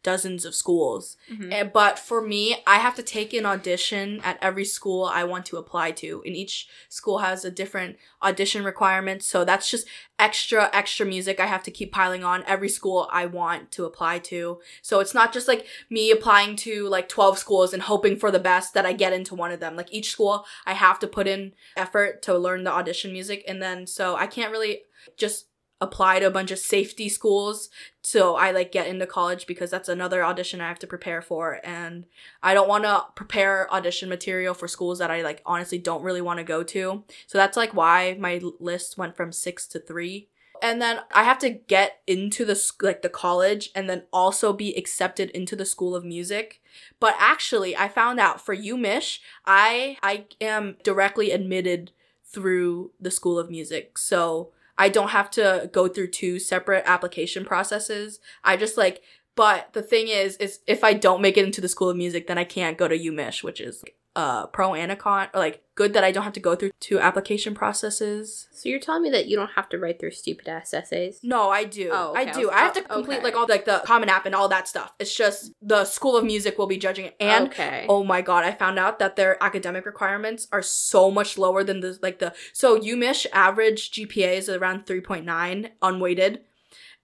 Speaker 4: dozens of schools.
Speaker 3: Mhm.
Speaker 4: Eh, But for me, I have to take an audition at every school I want to apply to. And each school has a different audition requirement. So that's just extra, extra music I have to keep piling on every school I want to apply to. So it's not just like me applying to like 12 schools and hoping for the best that I get into one of them. Like each school, I have to put in effort to learn the audition music. And then so I can't really just apply to a bunch of safety schools so I like get into college because that's another audition I have to prepare for. And I don't want to prepare audition material for schools that I like honestly don't really want to go to. So that's like why my l- list went from six to three and then I have to get into the sc- like the college and then also be accepted into the school of music. But actually, I found out for UMich, I I am directly admitted through the school of music. So I don't have to go through two separate application processes. I just like but the thing is is if I don't make it into the school of music, then I can't go to UMich, which is uh pro and a con or like good that I don't have to go through two application processes.
Speaker 1: So you're telling me that you don't have to write their stupid ass essays?
Speaker 4: No, I do.
Speaker 1: Oh,
Speaker 4: I
Speaker 1: okay.
Speaker 4: do.
Speaker 1: I
Speaker 4: I,
Speaker 1: was-
Speaker 4: have to
Speaker 1: oh,
Speaker 4: complete
Speaker 1: okay.
Speaker 4: like all like the common app and all that stuff. It's just the School of Music will be judging it. And
Speaker 1: okay.
Speaker 4: oh my god, I found out that their academic requirements are so much lower than the like the so UMich average GPA is around 3.9 unweighted.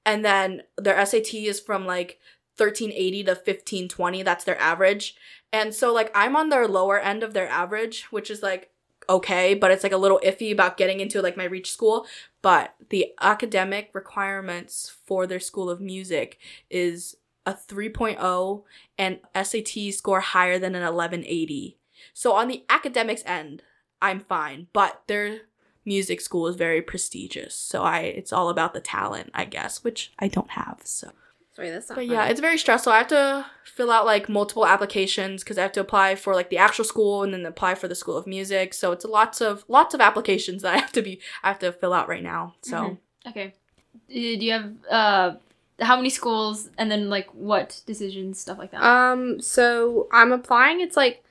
Speaker 4: And then their SAT is from like 1380 to 1520. That's their average. And so like I'm on their lower end of their average, which is like okay, but it's like a little iffy about getting into like my reach school. But the academic requirements for their school of music is a 3.0 and SAT score higher than an 1180. So on the academics end, I'm fine, but their music school is very prestigious. So I it's all about the talent, I guess, which I don't have. So
Speaker 1: Sorry, that's not.
Speaker 4: but yeah,
Speaker 1: funny.
Speaker 4: it's very stressful. I have to fill out like multiple applications because I have to apply for like the actual school and then apply for the school of music. So it's lots of lots of applications <laughs> that I have to be I have to fill out right now. So
Speaker 3: Mhm. Okay. Uh, Do you have uh how many schools and then like what decisions stuff like that?
Speaker 1: Um, so I'm applying. It's like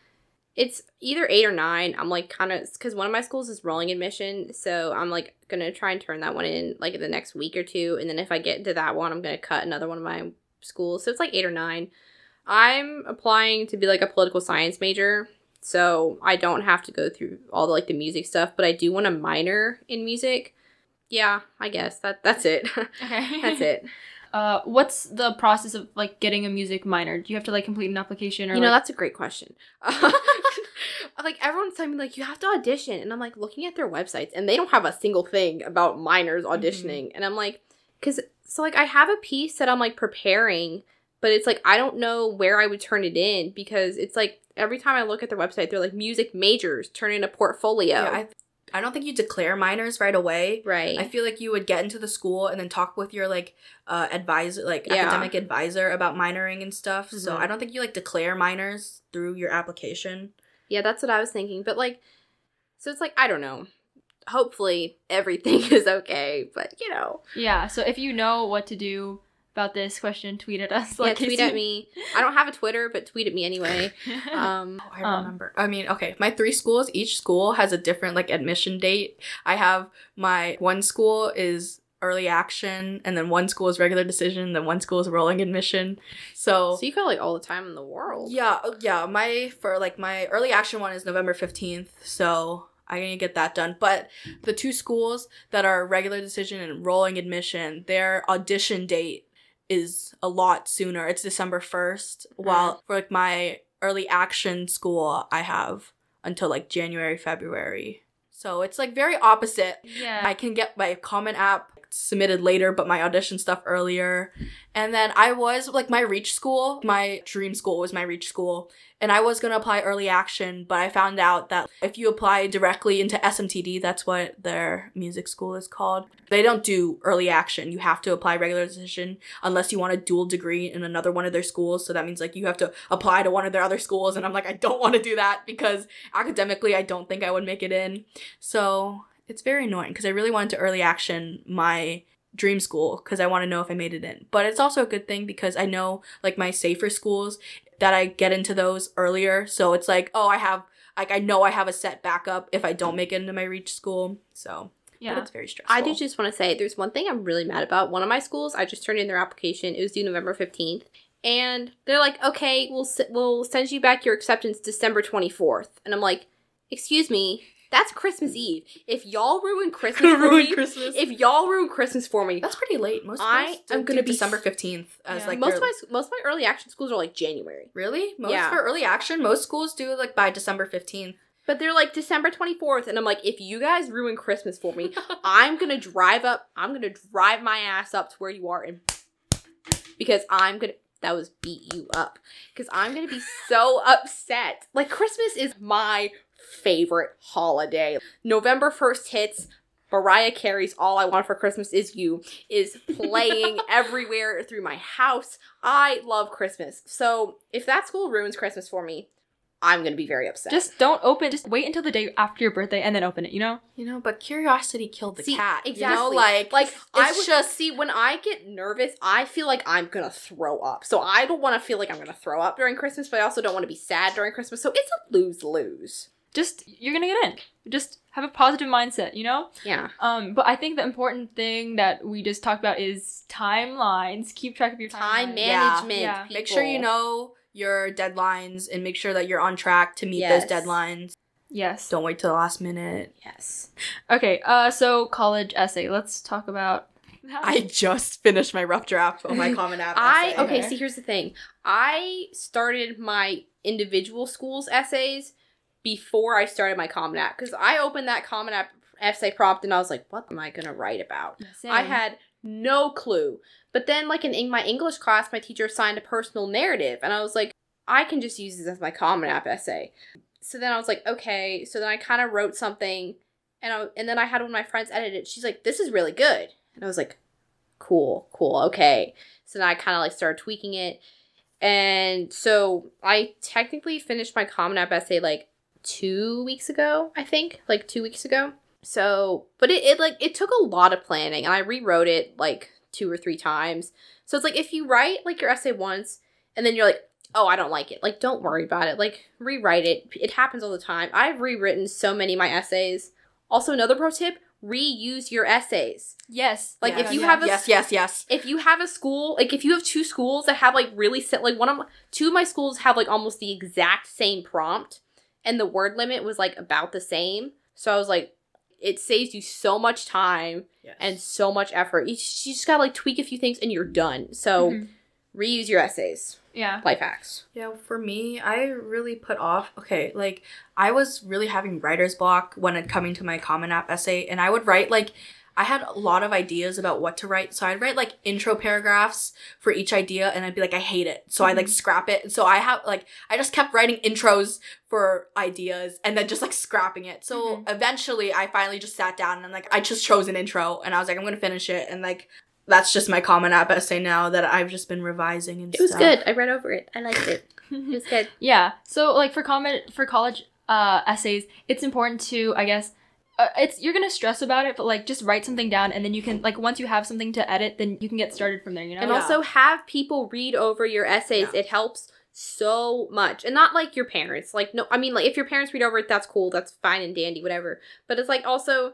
Speaker 1: it's either eight or nine. I'm like kind of because one of my schools is rolling admission, so I'm like gonna try and turn that one in like in the next week or two, and then if I get to that one, I'm gonna cut another one of my schools. So it's like eight or nine. I'm applying to be like a political science major, so I don't have to go through all the like the music stuff, but I do want to minor in music. Yeah, I guess that that's it. <laughs>
Speaker 3: okay.
Speaker 1: that's it.
Speaker 3: Uh, what's the process of like getting a music minor? Do you have to like complete an application or
Speaker 1: You know,
Speaker 3: like-
Speaker 1: that's a great question. <laughs> like everyone's telling me, like you have to audition, and I'm like looking at their websites, and they don't have a single thing about minors
Speaker 4: Mm-hmm.
Speaker 1: auditioning, and I'm like, because so like I have a piece that I'm like preparing, but it's like I don't know where I would turn it in because it's like every time I look at their website, they're like music majors, turn in a portfolio,
Speaker 4: yeah, I I don't think you declare minors right away.
Speaker 1: right?
Speaker 4: I feel like you would get into the school and then talk with your like uh advisor like
Speaker 1: Yeah.
Speaker 4: academic advisor about minoring and stuff. So
Speaker 1: Mhm.
Speaker 4: I don't think you like declare minors through your application.
Speaker 1: Yeah, that's what I was thinking. But like, so it's like I don't know. Hopefully everything <laughs> is okay, but you know,
Speaker 3: yeah. So if you know what to do about this question, tweet at us. Like,
Speaker 1: yeah, tweet at
Speaker 3: <laughs>
Speaker 1: me. I don't have a Twitter, but tweet at me <laughs> anyway. Um,
Speaker 4: Oh, I
Speaker 3: Um,
Speaker 4: remember. I mean, okay, my three schools, each school has a different like admission date. I have my one school is early action and then one school is regular decision, then one school is rolling admission. So,
Speaker 1: so you go like all the time in the world.
Speaker 4: yeah, oh, yeah, my for like my early action one is November 15th. So, I need to get that done. But the two schools that are regular decision and rolling admission, their audition date is a lot sooner. It's December 1st. While for like my early action school, I have until like January, February. So it's like very opposite.
Speaker 3: yeah.
Speaker 4: I can get my common app submitted later, but my audition stuff earlier. And then I was like my reach school, my dream school was my reach school, and I was gonna apply early action, but I found out that if you apply directly into SMTD, that's what their music school is called. They don't do early action. You have to apply regular decision unless you want a dual degree in another one of their schools. So that means like you have to apply to one of their other schools, and I'm like I don't want to do that because academically I don't think I would make it in. So it's very annoying because I really wanted to early action my dream school because I want to know if I made it in. But it's also a good thing because I know like my safer schools that I get into those earlier. So it's like, oh, I have like I know I have a set backup if I don't make it into my reach school. So but
Speaker 3: yeah.
Speaker 4: it's very stressful.
Speaker 1: I do
Speaker 4: <laughs>
Speaker 1: just want to say there's one thing I'm really mad about. One of my schools, I just turned in their application. It was due November 15th. And they're like, okay, we'll, s- we'll send you back your acceptance December 24th. And I'm like, excuse me, that's Christmas Eve. If y'all ruin <laughs> Christmas for me,
Speaker 4: ruin Christmas.
Speaker 1: if y'all ruin Christmas for me,
Speaker 4: That's pretty late. Most
Speaker 1: I
Speaker 4: schools
Speaker 1: am
Speaker 4: do
Speaker 1: gonna be-
Speaker 4: December fifteenth as
Speaker 3: Yeah.
Speaker 4: like
Speaker 1: most
Speaker 4: their-
Speaker 1: of my s- most of my early action schools are like January.
Speaker 4: really most
Speaker 1: Yeah.
Speaker 4: for early action. Most schools do like by December fifteenth.
Speaker 1: But they're like December 24th, and I'm like, if you guys ruin Christmas for me, I'm gonna drive up, I'm gonna drive my ass up to where you are and <laughs> because I'm gonna that was beat you up. Because I'm gonna be so upset. Like Christmas is my favorite holiday. November 1st hits. Mariah Carey's All I Want for Christmas Is You is playing everywhere through my house. I love Christmas. So if that school ruins Christmas for me, I'm gonna be very upset.
Speaker 3: Just don't open. Just wait until the day after your birthday and then open it. You know.
Speaker 4: You know, but curiosity killed the
Speaker 1: See,
Speaker 4: cat.
Speaker 1: Exactly.
Speaker 4: You know, like
Speaker 1: like I
Speaker 4: it's
Speaker 1: would
Speaker 4: just-
Speaker 1: just see when I get nervous, I feel like I'm gonna throw up. So I don't want to feel like I'm gonna throw up during Christmas, but I also don't want to be sad during Christmas. So it's a lose lose.
Speaker 3: Just you're gonna get in. Just have a positive mindset. You know.
Speaker 1: Yeah.
Speaker 3: Um, but I think the important thing that we just talked about is timelines. Keep track of your
Speaker 1: Time
Speaker 3: timelines.
Speaker 1: management.
Speaker 3: Yeah.
Speaker 4: make sure you
Speaker 1: people.
Speaker 4: know your deadlines and make sure that you're on track to meet those
Speaker 1: Yes.
Speaker 4: deadlines.
Speaker 3: Yes.
Speaker 4: Don't wait till the last minute.
Speaker 1: Yes.
Speaker 3: Okay. Uh, so college essay. Let's talk about.
Speaker 4: I
Speaker 3: <laughs>
Speaker 4: just finished my rough draft of
Speaker 1: <laughs>
Speaker 4: my common app.
Speaker 1: I
Speaker 4: essay.
Speaker 1: okay.
Speaker 3: Okay.
Speaker 1: See, here's the thing. I started my individual schools essays before I started my Common App because I opened that Common App essay prompt and I was like, "What am I gonna write about?" I had no clue. But then, like in, in my English class, my teacher assigned a personal narrative, and I was like, I can just use this as my Common App essay. So then I was like, okay. So then I kind of wrote something, and I, and then I had one of my friends edit it. She's like, this is really good, and I was like, cool, cool, okay. So then I kind of like started tweaking it, and so I technically finished my Common App essay like two weeks ago, I think, like two weeks ago. So, but it, it like it took a lot of planning, and I rewrote it like two or three times. So it's like if you write like your essay once, and then you're like, oh, I don't like it. Like, don't worry about it. Like, rewrite it. It happens all the time. I've rewritten so many of my essays. Also, another pro tip: reuse your essays.
Speaker 3: Yes.
Speaker 1: Like,
Speaker 4: Yes.
Speaker 1: if you have a
Speaker 4: yes, yes, yes.
Speaker 1: if you have a school, like if you have two schools that have like really set, like one of my, two of my schools have like almost the exact same prompt, and the word limit was like about the same. So I was like, it saves you so much time and so much effort. You just, you just gotta like tweak a few things and you're done. So
Speaker 3: Mhm.
Speaker 4: Mm-hmm.
Speaker 1: reuse your essays,
Speaker 3: Yeah.
Speaker 1: life hacks.
Speaker 4: Yeah, for me, I really put off. Okay, like I was really having writer's block when it coming to my Common App essay, and I would write like I had a lot of ideas about what to write, so I'd write like intro paragraphs for each idea, and I'd be like, I hate it, so
Speaker 1: Mm-hmm.
Speaker 4: I'd like scrap it. So I have like I just kept writing intros for ideas, and then just like scrapping it. So
Speaker 1: Mm-hmm.
Speaker 4: eventually, I finally just sat down and like I just chose an intro, and I was like, I'm gonna finish it, and like that's just my Common App essay now that I've just been revising and
Speaker 1: It was
Speaker 4: stuff.
Speaker 1: good. I read over it. I liked it. It was good.
Speaker 3: <laughs> Yeah. So like for comment for college uh essays, it's important to I guess uh, it's you're gonna stress about it, but like just write something down, and then you can like once you have something to edit, then you can get started from there. You know.
Speaker 1: And
Speaker 4: Oh, Yeah.
Speaker 1: also have people read over your essays. It helps so much. And not like your parents. Like no I mean like if your parents read over it, that's cool. That's fine and dandy, whatever. But it's like also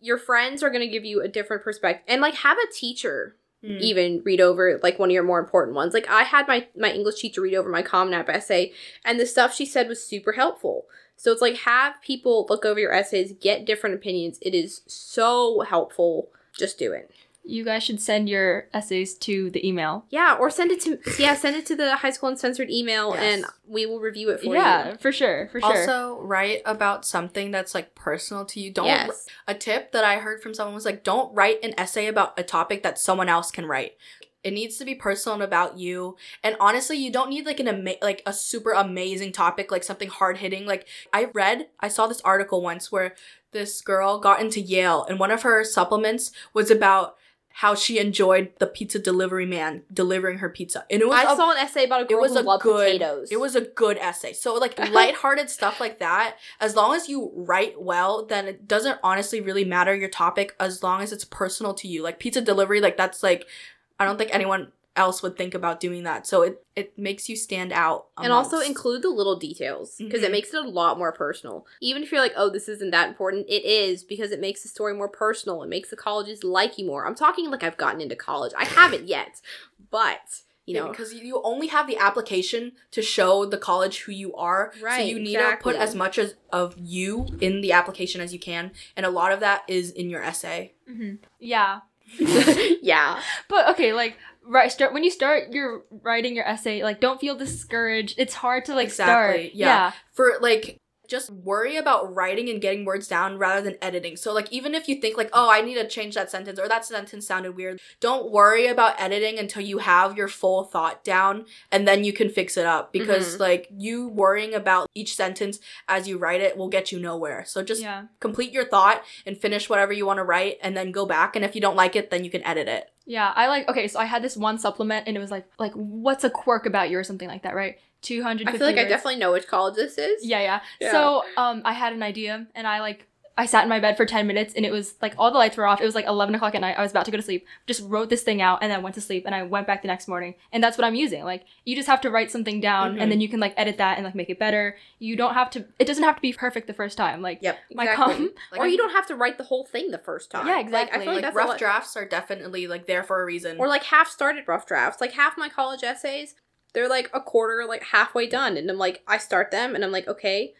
Speaker 1: your friends are gonna give you a different perspective. And like have a teacher
Speaker 4: Mm.
Speaker 1: even read over like one of your more important ones. Like I had my my English teacher read over my Common App essay and the stuff she said was super helpful. So it's like have people look over your essays, get different opinions. It is so helpful. Just do it.
Speaker 3: you guys should send your essays to the email.
Speaker 1: Yeah, or send it to yeah, send it to the high school uncensored email,
Speaker 4: Yes.
Speaker 1: and we will review it for
Speaker 3: yeah,
Speaker 1: you.
Speaker 3: for sure, for sure.
Speaker 4: Also, write about something that's like personal to you. Don't.
Speaker 1: yes,
Speaker 4: A tip that I heard from someone was like, don't write an essay about a topic that someone else can write. It needs to be personal and about you. And honestly, you don't need like an ama- like a super amazing topic, like something hard hitting. Like I read, I saw this article once where this girl got into Yale, and one of her supplements was about how she enjoyed the pizza delivery man delivering her pizza, and it was
Speaker 1: I
Speaker 4: a-
Speaker 1: saw an essay about a girl who loved potatoes.
Speaker 4: it was a good essay. So
Speaker 1: <laughs>
Speaker 4: like lighthearted stuff like that, as long as you write well, then it doesn't honestly really matter your topic as long as it's personal to you. Like pizza delivery, like that's like I don't think anyone else would think about doing that. So it it makes you stand out.
Speaker 1: and also
Speaker 4: amongst-
Speaker 1: include the little details because
Speaker 4: Mhm.
Speaker 1: it makes it a lot more personal. Even if you're like, oh, this isn't that important, it is because it makes the story more personal. It makes the colleges like you more. I'm talking like I've gotten into college. I haven't yet, but you
Speaker 4: Yeah,
Speaker 1: know,
Speaker 4: because you- you only have the application to show the college who you are so
Speaker 1: Right,
Speaker 4: you need to put
Speaker 1: exactly.
Speaker 4: as much as of you in the application as you can and a lot of that is in your essay
Speaker 1: <laughs>
Speaker 3: Mhm. Yeah,
Speaker 1: yeah,
Speaker 3: but okay, like right, start when you start your writing your essay, like don't feel discouraged. It's hard to like
Speaker 4: Exactly,
Speaker 3: start.
Speaker 4: yeah. for like just worry about writing and getting words down rather than editing. So like even if you think like, "Oh, I need to change that sentence or that sentence sounded weird." Don't worry about editing until you have your full thought down and then you can fix it up because like you worrying about each sentence as you write it will get you nowhere. So
Speaker 3: yeah.
Speaker 4: just
Speaker 3: yeah.
Speaker 4: complete your thought and finish whatever you want to write and then go back and if you don't like it, then you can edit it.
Speaker 3: Yeah, I like okay, so I had this one supplement and it was like like what's a quirk about you or something like that, right? 250
Speaker 1: I feel like I
Speaker 3: words.
Speaker 1: definitely know which college this is.
Speaker 3: Yeah, yeah,
Speaker 1: Yeah.
Speaker 3: So, um, I had an idea, and I like I sat in my bed for ten minutes, and it was like all the lights were off. It was like eleven o'clock at night. I was about to go to sleep. Just wrote this thing out, and then went to sleep. And I went back the next morning, and that's what I'm using. Like you just have to write something down,
Speaker 4: Mhm.
Speaker 1: Mm-hmm.
Speaker 3: and then you can like edit that and like make it better. You don't have to. It doesn't have to be perfect the first time. Like
Speaker 4: Yep.
Speaker 3: my
Speaker 1: Exactly.
Speaker 3: cum.
Speaker 4: Like,
Speaker 1: or you don't have to write the whole thing the first time.
Speaker 3: Yeah,
Speaker 1: Like, I
Speaker 3: exactly.
Speaker 1: feel like,
Speaker 4: Like,
Speaker 1: that's
Speaker 4: rough
Speaker 1: rough draft.
Speaker 4: drafts are definitely like there for a reason.
Speaker 1: Or like half started rough drafts. Like half my college essays, they're like a quarter, like halfway done. And I'm like, I start them and I'm like, okay,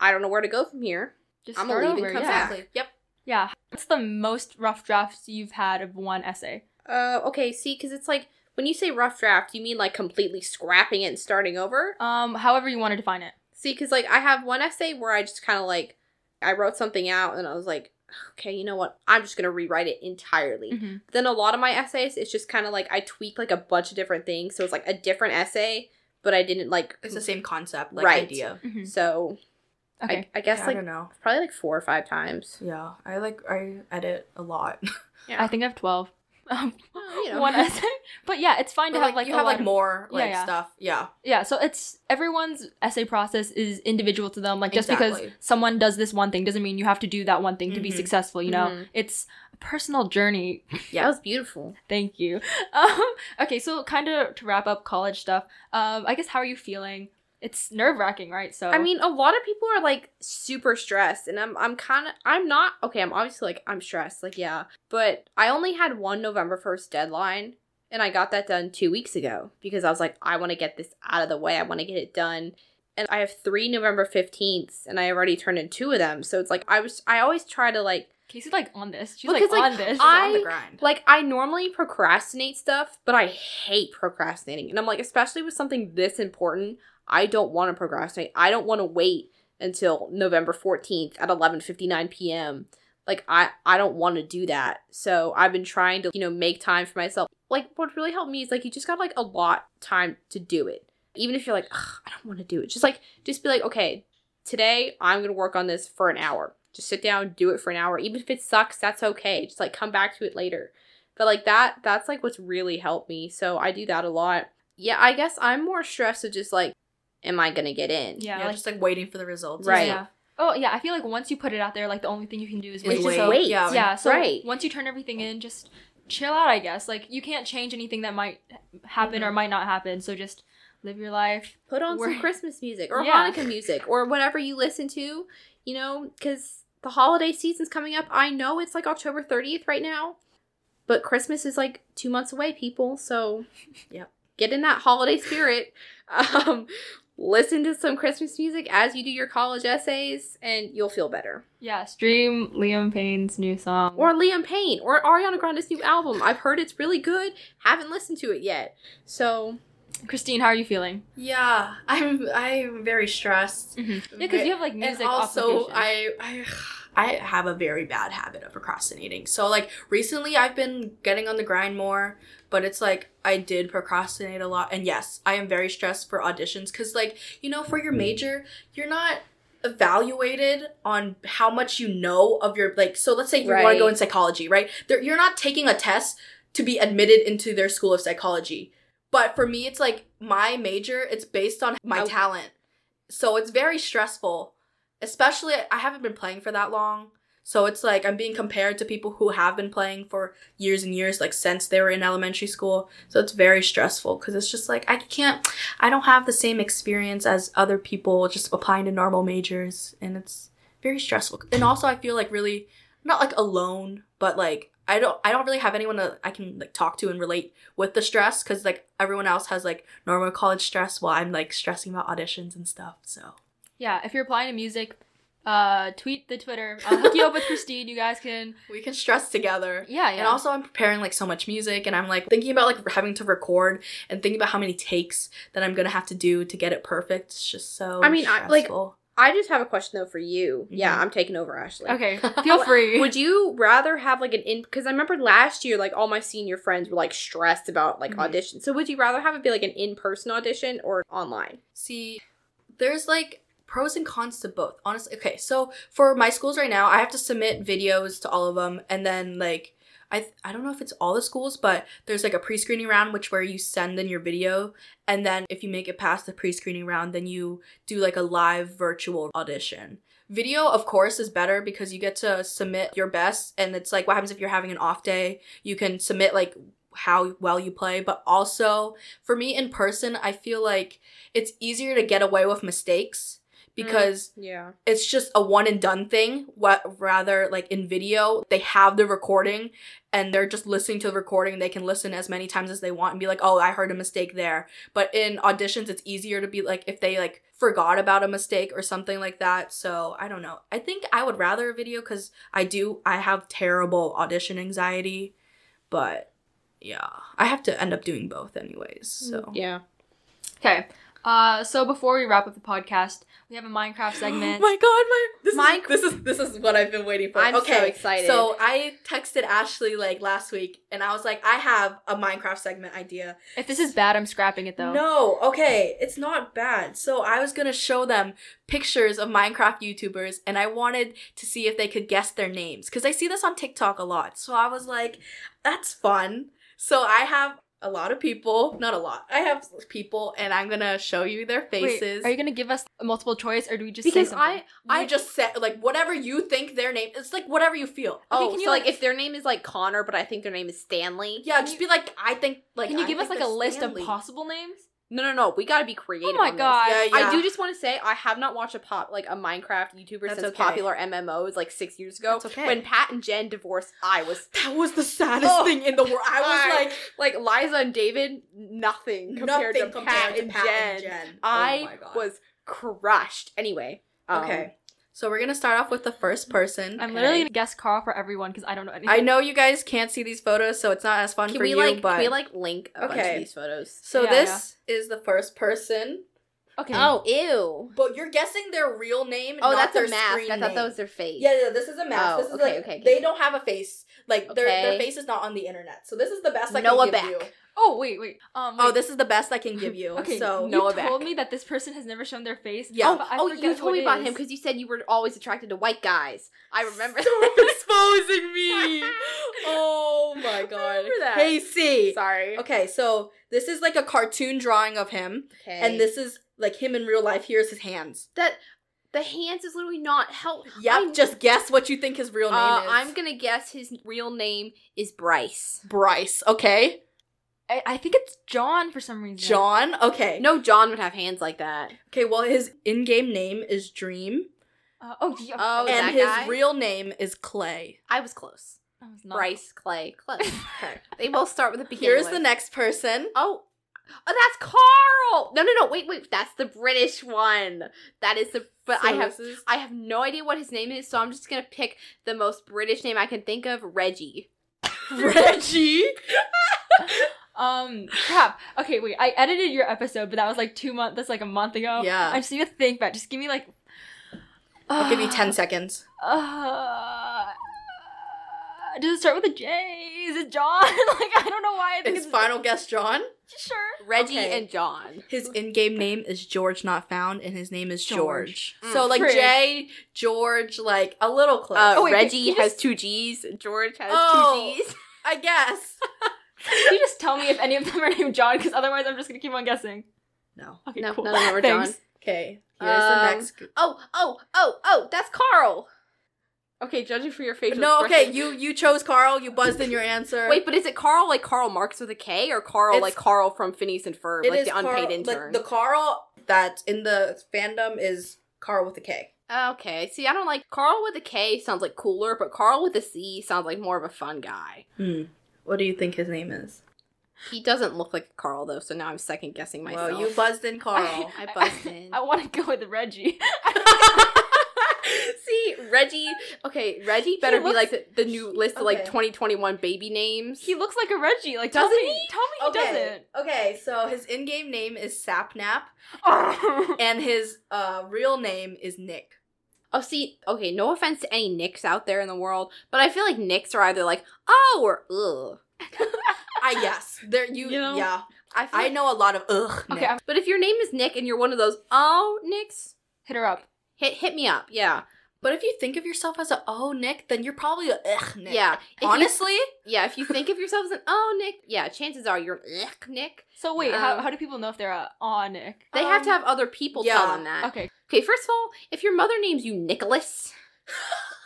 Speaker 1: I don't know where to go from here.
Speaker 3: <laughs> Just
Speaker 1: I'm a
Speaker 3: start
Speaker 1: leave and
Speaker 3: over.
Speaker 1: come
Speaker 3: yeah.
Speaker 1: back.
Speaker 4: exactly. Yep.
Speaker 3: Yeah. What's the most rough drafts you've had of one essay?
Speaker 1: Uh, okay, see, because it's like when you say rough draft, you mean like completely scrapping it and starting over.
Speaker 3: Um, however you want to define it.
Speaker 1: See, because like I have one essay where I just kind of like I wrote something out and I was like, okay, you know what? I'm just gonna rewrite it entirely.
Speaker 4: Mm.
Speaker 3: Mm-hmm.
Speaker 1: Then a lot of my essays, it's just kind of like I tweak like a bunch of different things, so it's like a different essay, but I didn't like.
Speaker 4: It's the same concept, like
Speaker 1: Right.
Speaker 4: idea.
Speaker 3: Mm-hmm.
Speaker 1: So
Speaker 3: Okay.
Speaker 1: I, I guess
Speaker 4: Yeah, I
Speaker 1: like
Speaker 4: don't know.
Speaker 1: probably like four or five
Speaker 4: <gasps>
Speaker 1: times.
Speaker 4: Yeah, I like I edit a lot.
Speaker 3: I think I have twelve. Um,
Speaker 1: Well, you know.
Speaker 3: one essay, <laughs> but yeah, it's fine
Speaker 4: But,
Speaker 3: to
Speaker 4: like,
Speaker 3: have like
Speaker 4: you
Speaker 3: a
Speaker 4: have
Speaker 3: lot
Speaker 4: like
Speaker 3: of-
Speaker 4: more
Speaker 3: Yeah,
Speaker 4: like
Speaker 3: yeah.
Speaker 4: stuff. Yeah.
Speaker 3: Yeah, so it's everyone's essay process is individual to them. Like just because
Speaker 4: Exactly.
Speaker 3: someone does this one thing doesn't mean you have to do that one thing to be
Speaker 4: Mhm.
Speaker 3: successful, you know?
Speaker 1: Mhm.
Speaker 3: It's a personal journey. <laughs>
Speaker 1: That was beautiful.
Speaker 3: Thank you. Um, okay, so kind of to wrap up college stuff, um, I guess how are you feeling? It's nerve wracking, right? So
Speaker 1: I mean, a lot of people are like super stressed, and I'm I'm kind of I'm not okay. I'm obviously like I'm stressed, like yeah, but I only had one November first deadline, and I got that done two weeks ago because I was like I want to get this out of the way. I want to get it done, and I have three November fifteenths, and I already turned in two of them. So it's like I was I always try to like
Speaker 3: Casey's like on this. She's
Speaker 1: Because,
Speaker 3: like
Speaker 1: like,
Speaker 3: on this.
Speaker 1: I-
Speaker 4: on the grind.
Speaker 1: like I normally procrastinate stuff, but I hate procrastinating. And I'm like, especially with something this important, I don't want to procrastinate. I don't want to wait until November 14th at 11:59 p.m. Like I I don't want to do that. So I've been trying to, you know, make time for myself. Like what really helped me is like you just got like a lot time to do it. Even if you're like, Ugh, I don't want to do it. Just like just be like, okay, today I'm gonna work on this for an hour. Just sit down, do it for an hour. Even if it sucks, that's okay. Just like come back to it later. But like that, that's like what's really helped me. So I do that a lot. Yeah, I guess I'm more stressed of just like, am I gonna get in?
Speaker 3: yeah,
Speaker 4: yeah,
Speaker 3: like,
Speaker 4: just like waiting for the results.
Speaker 1: Right.
Speaker 3: Yeah. Oh yeah, I feel like once you put it out there, like the only thing you can do is
Speaker 4: Is
Speaker 3: wait.
Speaker 1: It's just
Speaker 4: wait.
Speaker 3: So-
Speaker 1: wait.
Speaker 4: Yeah.
Speaker 3: yeah so
Speaker 1: Right.
Speaker 3: once you turn everything in just chill out i guess like you can't change anything that might happen or might not happen so just live your life
Speaker 1: Put on
Speaker 3: We're-
Speaker 1: some Christmas music or
Speaker 3: Yeah.
Speaker 1: Hanukkah music or whatever you listen to, you know, because the holiday season's coming up. I know it's like October 30th right now, but Christmas is like two months away, people. So
Speaker 4: Yep.
Speaker 1: get in that holiday spirit. <laughs> um, listen to some Christmas music as you do your college essays, and you'll feel better.
Speaker 3: yeah stream liam payne's new song
Speaker 1: or Liam Payne or Ariana Grande's new album. I've heard it's really good. Haven't listened to it yet. So
Speaker 3: christine how are you feeling
Speaker 4: Yeah, <laughs> I'm I'm very stressed.
Speaker 3: yeah because you have like music
Speaker 4: and also
Speaker 3: obligations.
Speaker 4: I I <sighs> I have a very bad habit of procrastinating. So like recently I've been getting on the grind more, but it's like I did procrastinate a lot and yes, I am very stressed for auditions cuz like, you know, for your major, you're not evaluated on how much you know of your like so let's say you want
Speaker 1: Right.
Speaker 4: to go in psychology, right? There, you're not taking a test to be admitted into their school of psychology. But for me, it's like my major, it's based on my
Speaker 1: Oh.
Speaker 4: talent. So it's very stressful, especially I haven't been playing for that long. So it's like I'm being compared to people who have been playing for years and years, like since they were in elementary school. So it's very stressful because it's just like I can't, I don't have the same experience as other people just applying to normal majors. And it's very stressful. And also, I feel like really not like alone, but like I don't I don't really have anyone that I can like talk to and relate with the stress because like everyone else has like normal college stress while I'm like stressing about auditions and stuff. So
Speaker 3: yeah if you're applying to music uh tweet the twitter i'll hook you up with christine you guys can
Speaker 4: we can stress together.
Speaker 3: yeah yeah
Speaker 4: And also I'm preparing like so much music and I'm like thinking about like having to record and thinking about how many takes that I'm gonna have to do to get it perfect. It's just so
Speaker 1: I mean, I- like-
Speaker 4: stressful.
Speaker 1: I just have a question though for you. Yeah,
Speaker 4: Mhm.
Speaker 1: I'm taking over, Ashley.
Speaker 4: <laughs>
Speaker 3: okay feel free
Speaker 1: Would you rather have like an in? Because I remember last year, like all my senior friends were like stressed about like
Speaker 4: Mhm.
Speaker 1: auditions. So would you rather have it be like an in person audition or online?
Speaker 4: See, there's like pros and cons to both. Honestly, okay. So for my schools right now, I have to submit videos to all of them, and then like I th- I don't know if it's all the schools, but there's like a pre-screening round which where you send in your video and then if you make it past the pre-screening round, then you do like a live virtual audition. Video, of course, is better because you get to submit your best and it's like what happens if you're having an off day? You can submit like how well you play, but also for me in person, I feel like it's easier to get away with mistakes because
Speaker 1: Yeah.
Speaker 4: it's just a one and done thing. What rather like in video, they have the recording and they're just listening to the recording. They can listen as many times as they want and be like, "Oh, I heard a mistake there." But in auditions, it's easier to be like if they like forgot about a mistake or something like that. So, I don't know. I think I would rather a video cuz I do I have terrible audition anxiety, but yeah, I have to end up doing both anyways. So,
Speaker 1: Oh. Yeah.
Speaker 3: Okay. Uh, so before we wrap up the podcast, we have a Minecraft segment.
Speaker 4: Oh <gasps> my god, my this,
Speaker 1: Mine-
Speaker 4: is, this is this is what I've been waiting for.
Speaker 1: I'm
Speaker 4: okay,
Speaker 1: so excited.
Speaker 4: So I texted Ashley like last week, and I was like, I have a Minecraft segment idea.
Speaker 3: if this is bad, I'm scrapping it though.
Speaker 4: No, okay, it's not bad. So I was gonna show them pictures of Minecraft YouTubers, and I wanted to see if they could guess their names because I see this on TikTok a lot. So I was like, that's fun. So I have a lot of people, not a lot. I have people, and I'm gonna show you their
Speaker 3: Wait,
Speaker 4: faces.
Speaker 3: are you gonna give us a multiple choice, or do we just say
Speaker 1: because
Speaker 3: something?
Speaker 1: I,
Speaker 4: I just said like whatever you think their name. It's like whatever you feel.
Speaker 1: oh,
Speaker 3: can
Speaker 1: so
Speaker 3: you,
Speaker 1: like,
Speaker 3: like-
Speaker 1: if their name is like Connor, but I think their name is Stanley.
Speaker 4: Yeah, just be like I think like.
Speaker 3: Can you
Speaker 4: I
Speaker 3: give us
Speaker 4: think
Speaker 3: like a
Speaker 4: they're
Speaker 3: list
Speaker 4: Stanley.
Speaker 3: of possible names?
Speaker 1: No, no, no. We got to be creative.
Speaker 3: Oh my
Speaker 1: on this.
Speaker 3: god!
Speaker 4: Yeah, yeah.
Speaker 1: I do just want to say I have not watched a pop like a Minecraft YouTuber
Speaker 4: That's
Speaker 1: since
Speaker 4: okay.
Speaker 1: popular MMOs like six years ago.
Speaker 4: That's okay.
Speaker 1: When Pat and Jen divorced, I was
Speaker 4: That was the saddest
Speaker 1: Oh.
Speaker 4: thing in the world. I was
Speaker 1: I-
Speaker 4: like
Speaker 1: like Liza and David, nothing compared
Speaker 4: nothing
Speaker 1: to Pat, and, Jen.
Speaker 4: Oh
Speaker 1: I
Speaker 4: my God.
Speaker 1: was crushed. Anyway, um,
Speaker 4: okay. So we're gonna start off with the first person.
Speaker 3: I'm literally gonna guess Carl for everyone because I don't know anything.
Speaker 4: I know you guys can't see these photos, so it's not as fun
Speaker 1: Can
Speaker 4: for
Speaker 1: we
Speaker 4: you.
Speaker 1: like
Speaker 4: but
Speaker 1: can we like link a bunch
Speaker 4: Okay.
Speaker 1: of these photos?
Speaker 4: so
Speaker 3: Yeah,
Speaker 4: this is the first person,
Speaker 3: Okay.
Speaker 4: Um,
Speaker 1: Oh ew!
Speaker 4: but you're guessing their real name.
Speaker 1: Oh,
Speaker 4: not
Speaker 1: that's
Speaker 4: their
Speaker 1: a mask.
Speaker 4: screen
Speaker 1: I thought
Speaker 4: name.
Speaker 1: that was their face.
Speaker 4: Yeah, yeah, this is a mask.
Speaker 1: Oh,
Speaker 4: this is
Speaker 1: okay,
Speaker 4: like
Speaker 1: okay, okay.
Speaker 4: they don't have a face. Like their their
Speaker 1: Okay.
Speaker 4: face is not on the internet. So this is the best I
Speaker 1: Noah
Speaker 4: can give
Speaker 1: Beck.
Speaker 4: you.
Speaker 3: Oh wait, wait. Um.
Speaker 4: Oh,
Speaker 3: wait.
Speaker 4: this is the best I can give you.
Speaker 3: Okay.
Speaker 4: so
Speaker 3: you
Speaker 1: Noah
Speaker 3: told
Speaker 1: Beck.
Speaker 3: me that this person has never shown their face.
Speaker 4: Yeah.
Speaker 1: Oh,
Speaker 3: but I
Speaker 1: oh,
Speaker 3: forget
Speaker 1: you
Speaker 3: who
Speaker 1: told me
Speaker 3: it
Speaker 1: about
Speaker 3: is.
Speaker 1: him because you said you were always attracted to white guys.
Speaker 4: <laughs>
Speaker 1: <laughs> I remember.
Speaker 4: Stop exposing me. <laughs> Oh my god.
Speaker 1: Remember that.
Speaker 4: Hey C.
Speaker 1: Sorry.
Speaker 4: Okay, so this is like a cartoon drawing of him,
Speaker 1: Okay.
Speaker 4: and this is like him in real life. Here's his hands.
Speaker 1: that the hands is literally not help.
Speaker 4: Yep.
Speaker 1: I'm-
Speaker 4: Just guess what you think his real name
Speaker 1: Uh,
Speaker 4: is.
Speaker 1: I'm gonna guess his real name is Bryce.
Speaker 4: Bryce. Okay.
Speaker 3: I, I think it's John for some reason.
Speaker 4: John. Okay.
Speaker 1: No, John would have hands like that.
Speaker 4: Okay. Well, his in-game name is Dream,
Speaker 3: Uh, oh yeah.
Speaker 1: Oh,
Speaker 4: and
Speaker 1: that
Speaker 4: his
Speaker 1: guy?
Speaker 4: real name is Clay.
Speaker 1: I was close.
Speaker 3: I was not-
Speaker 1: Bryce, Clay, <laughs> close. they both start with a beginning.
Speaker 4: Here's the
Speaker 1: letter.
Speaker 4: next person.
Speaker 1: Oh, oh, that's Carl. No, no, no. Wait, wait. That's the British one. That is the. But I
Speaker 4: So
Speaker 1: have.
Speaker 4: this is-
Speaker 1: I have no idea what his name is, so I'm just gonna pick the most British name I can think of, Reggie.
Speaker 4: <laughs> Reggie.
Speaker 3: <laughs> Um. Crap. Okay. Wait. I edited your episode, but that was like two months. That's like a month ago.
Speaker 4: Yeah.
Speaker 3: I just need to think back. Just give me like.
Speaker 4: I'll
Speaker 3: <sighs>
Speaker 4: give you ten seconds.
Speaker 3: Uh, does it start with a J? Is it John? <laughs> like I don't know why I think
Speaker 4: His
Speaker 3: it's
Speaker 4: final guess, John.
Speaker 3: <laughs> Sure.
Speaker 1: Reggie
Speaker 4: Okay.
Speaker 1: and John.
Speaker 4: His in-game name is George Not Found, and his name is George.
Speaker 3: George.
Speaker 1: Mm.
Speaker 4: So like
Speaker 3: Frig.
Speaker 4: Jay, George, like a little close.
Speaker 1: Uh,
Speaker 3: Oh, wait,
Speaker 1: Reggie
Speaker 3: can you
Speaker 1: has two G's. George has
Speaker 4: Oh.
Speaker 1: two G's.
Speaker 4: I guess.
Speaker 3: Can you just tell me if any of them are named John? Because otherwise, I'm just gonna keep on guessing.
Speaker 4: No.
Speaker 3: Okay,
Speaker 1: No,
Speaker 3: cool.
Speaker 1: no, no, no, we're John.
Speaker 3: Thanks.
Speaker 4: Okay. Here's the
Speaker 1: Um,
Speaker 4: next.
Speaker 1: Oh, oh, oh, oh, that's Carl. Okay, judging from your facial
Speaker 4: No. Okay.
Speaker 1: expression-
Speaker 4: You you chose Carl. You buzzed in your answer.
Speaker 1: Wait, but is it Carl like Carl Marx with a K or Carl
Speaker 4: It's-
Speaker 1: like Carl from Phineas and Ferb,
Speaker 4: It
Speaker 1: like
Speaker 4: is
Speaker 1: the unpaid
Speaker 4: Carl-
Speaker 1: intern?
Speaker 4: Like, the Carl that's in the fandom is Carl with a K.
Speaker 1: okay, see, I don't like Carl with a K sounds like cooler, but Carl with a C sounds like more of a fun guy.
Speaker 4: Hmm. What do you think his name is?
Speaker 1: He doesn't look like Carl though, so now I'm second guessing myself. <laughs>
Speaker 4: Well, you buzzed in Carl.
Speaker 3: <laughs>
Speaker 1: I buzzed in.
Speaker 3: I want to go with Reggie. <laughs>
Speaker 1: see, Reggie. Okay, Reggie better be
Speaker 3: looks-
Speaker 1: like the, the new list of like
Speaker 4: okay.
Speaker 1: 2021 baby names.
Speaker 3: He looks like a Reggie. Like, tell
Speaker 1: Doesn't
Speaker 3: me,
Speaker 1: he?
Speaker 3: tell me he
Speaker 1: <laughs>
Speaker 4: okay. Okay. So his in-game name is Sapnap,
Speaker 3: doesn't.
Speaker 4: and his uh real name is Nick.
Speaker 1: Oh, see, okay, no offense to any Nicks out there in the world, but I feel like Nicks are either like, oh, or ugh.
Speaker 4: I guess there you,
Speaker 1: You know?
Speaker 4: yeah.
Speaker 1: I, feel
Speaker 4: I
Speaker 1: like-
Speaker 4: know a lot of ugh.
Speaker 3: <laughs> Okay,
Speaker 4: Nick.
Speaker 3: I'm-
Speaker 1: But if your name is Nick and you're one of those, oh, Nicks,
Speaker 3: Hit her up.
Speaker 1: hit, hit me up, yeah.
Speaker 4: But if you think of yourself as a oh Nick, then you're probably a ugh Nick.
Speaker 1: Yeah. If you-
Speaker 4: <laughs> Honestly,
Speaker 1: <laughs> yeah, if you think of yourself as an oh Nick, yeah, chances are you're an ick Nick.
Speaker 3: So wait, how,
Speaker 1: Um,
Speaker 3: how do people know if they're uh, on Nick?
Speaker 1: They have to have other people tell
Speaker 4: Um, yeah,
Speaker 1: them that.
Speaker 3: Okay.
Speaker 1: Okay, first of all, if your mother names you
Speaker 4: <laughs>
Speaker 1: Nicholas,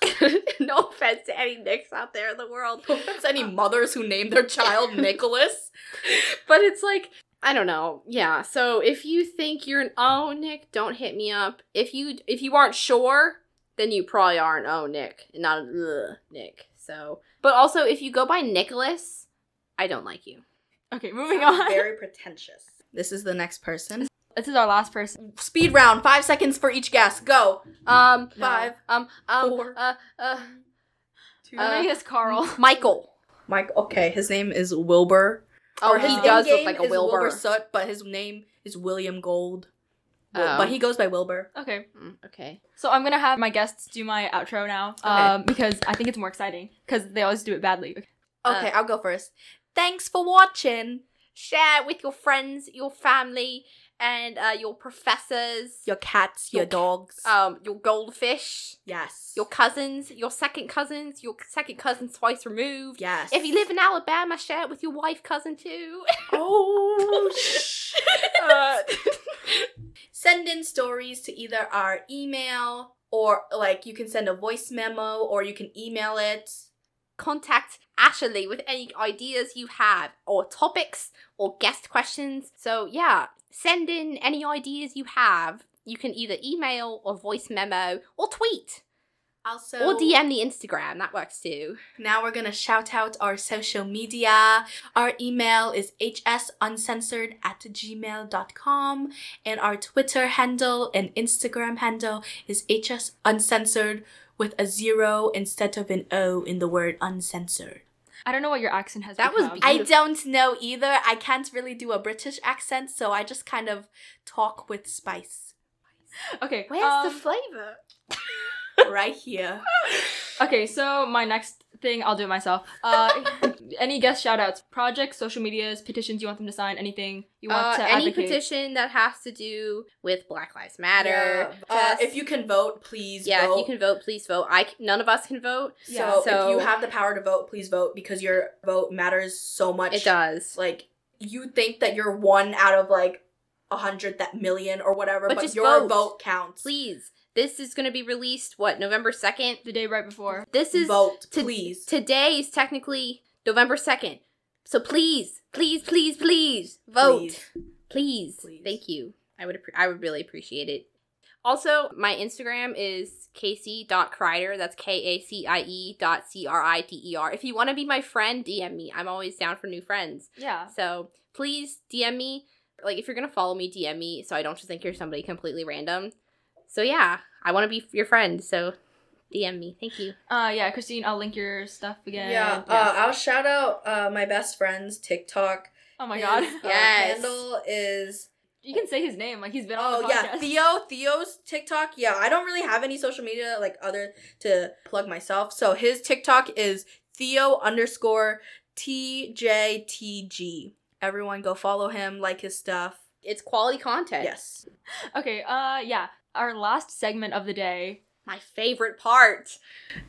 Speaker 1: <laughs> no offense to any Nicks out there in the world,
Speaker 4: no offense to any mothers who name their child <laughs> Nicholas.
Speaker 1: <laughs> but it's like, I don't know. Yeah, so if you think you're an oh Nick, don't hit me up. If you if you aren't sure, then you probably are an oh Nick, and not an ugh Nick. So, but also if you go by Nicholas, I don't like you.
Speaker 3: Okay, moving on.
Speaker 4: Very pretentious. This is the next person.
Speaker 3: This is our last person.
Speaker 4: Speed round. Five seconds for each guess. Go.
Speaker 1: Um,
Speaker 2: No.
Speaker 4: Five.
Speaker 1: um, um,
Speaker 4: Four.
Speaker 1: uh, uh,
Speaker 3: Two.
Speaker 1: Uh,
Speaker 3: is Carl. <laughs>
Speaker 1: Michael.
Speaker 4: Mike. Okay, his name is Wilbur.
Speaker 1: Oh,
Speaker 4: Or
Speaker 1: he
Speaker 4: his
Speaker 1: does look
Speaker 4: in-game
Speaker 1: like a
Speaker 4: is
Speaker 1: Wilbur.
Speaker 4: Sut, but his name is William Gold.
Speaker 1: Oh.
Speaker 4: But he goes by Wilbur.
Speaker 3: Okay,
Speaker 1: Mm, okay.
Speaker 3: so I'm gonna have my guests do my outro now, um, because I think it's more exciting because they always do it badly.
Speaker 4: Okay, I'll go first. Thanks for watching.
Speaker 1: share with your friends, your family, and uh, your professors,
Speaker 4: Your cats, your, Oh.
Speaker 1: Your cat-
Speaker 4: dogs.
Speaker 1: um, your goldfish,
Speaker 4: yes.
Speaker 1: your cousins, your second cousins, your second cousins twice removed.
Speaker 4: yes.
Speaker 1: If you
Speaker 4: <laughs>
Speaker 1: live in Alabama, share it with your wife cousin too. <laughs>
Speaker 4: Oh. sh- <laughs>
Speaker 1: Uh,
Speaker 4: send in stories to either our email or like you can send a voice memo or you can email it.
Speaker 1: contact Ashley with any ideas you have, or topics, or guest questions. So, yeah, send in any ideas you have. You can either email or voice memo or tweet
Speaker 4: Also,
Speaker 1: or DM the Instagram. That works too.
Speaker 4: Now we're gonna shout out our social media. Our email is hsuncensored at gmail.com and our Twitter handle and Instagram handle is hsuncensored with a zero instead of an O in the word uncensored.
Speaker 3: I don't know what your accent has.
Speaker 1: That was
Speaker 3: become.
Speaker 1: be-
Speaker 4: I don't know either. I can't really do a British accent, so I just kind of talk with <laughs> spice
Speaker 3: <laughs> okay.
Speaker 1: Where's
Speaker 3: um,
Speaker 1: the flavor?
Speaker 4: right here.
Speaker 3: um, Okay, so my next thing, I'll do it myself. Uh, <laughs> any guest shout outs, projects, social medias, petitions you want them to sign, anything you want
Speaker 1: Uh,
Speaker 3: to
Speaker 1: any
Speaker 3: advocate.
Speaker 1: petition that has to do with Black Lives Matter.
Speaker 4: Yeah. Uh,
Speaker 1: Just-
Speaker 4: if you can vote, please
Speaker 1: yeah,
Speaker 4: vote.
Speaker 1: if you can vote, please vote. I c- none of us can vote.
Speaker 3: Yeah.
Speaker 4: So,
Speaker 1: So-
Speaker 4: if you have the power to vote, please vote because your vote matters so much.
Speaker 1: It does.
Speaker 4: Like you think that you're one out of like a hundred that million or whatever,
Speaker 1: But
Speaker 4: but,
Speaker 1: just
Speaker 4: your
Speaker 1: vote.
Speaker 4: vote. counts.
Speaker 1: Please, this is going to be released what November second.
Speaker 3: the day right before.
Speaker 1: This is
Speaker 4: vote,
Speaker 1: to-
Speaker 4: please.
Speaker 1: today is technically November second. So please, please, please, please vote.
Speaker 4: Please.
Speaker 1: please.
Speaker 4: Please.
Speaker 1: Thank you. I would appre- I would really appreciate it. Also, my Instagram is casey.crider. That's K A C I E dot C R I D E R. If you want to be my friend, DM me. I'm always down for new friends.
Speaker 3: Yeah.
Speaker 1: So please DM me. Like, if you're going to follow me, DM me so I don't just think you're somebody completely random. So, yeah, I want to be your friend. So DM me. Thank you.
Speaker 3: Uh, yeah, Christine, I'll link your stuff again.
Speaker 4: Yeah, Uh, I'll shout out uh, my best friend's TikTok.
Speaker 3: oh my god. <laughs>
Speaker 4: His, uh,
Speaker 1: Yes.
Speaker 4: handle is
Speaker 3: You can say his name, like he's been on
Speaker 4: oh
Speaker 3: the
Speaker 4: yeah
Speaker 3: podcast.
Speaker 4: Theo Theo's TikTok. Yeah, I don't really have any social media like other to plug myself. So his TikTok is Theo underscore TJTG. Everyone go follow him, like his stuff.
Speaker 1: It's quality content.
Speaker 4: Yes.
Speaker 3: Okay, uh, yeah. Our last segment of the day.
Speaker 1: My favorite part.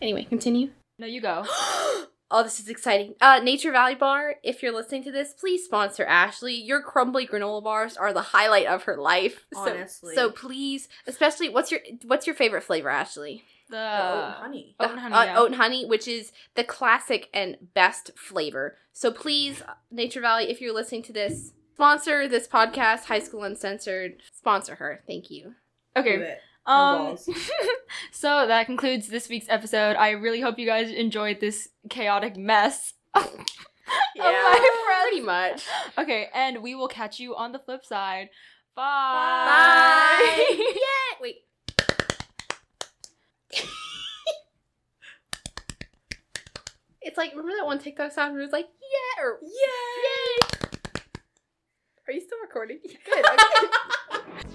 Speaker 1: Anyway, continue. <gasps>
Speaker 3: No, you go. <gasps>
Speaker 1: Oh, this is exciting. Uh, Nature Valley Bar, if you're listening to this, please sponsor Ashley. Your crumbly granola bars are the highlight of her life. So-
Speaker 4: Honestly.
Speaker 1: So, please, especially what's your what's your favorite flavor, Ashley?
Speaker 3: The
Speaker 4: oh, honey.
Speaker 3: oat and honey.
Speaker 1: uh,
Speaker 3: yeah.
Speaker 1: oat and honey, which is the classic and best flavor. So please, uh, Nature Valley, if you're listening to this, sponsor this podcast, High School Uncensored. Sponsor her. Thank <laughs> you.
Speaker 4: Do
Speaker 3: Okay.
Speaker 4: it.
Speaker 3: Um,
Speaker 4: balls.
Speaker 3: <laughs> so that concludes this week's episode. I really hope you guys enjoyed this chaotic mess. <laughs> my friends.
Speaker 1: pretty <laughs> much.
Speaker 3: Okay, and we will catch you on the flip side. Bye.
Speaker 1: Bye.
Speaker 3: <laughs>
Speaker 1: yeah. Wait. <laughs> it's like remember that one TikTok sound where it was like yeah or yay. Are you still <laughs> recording? Good. okay.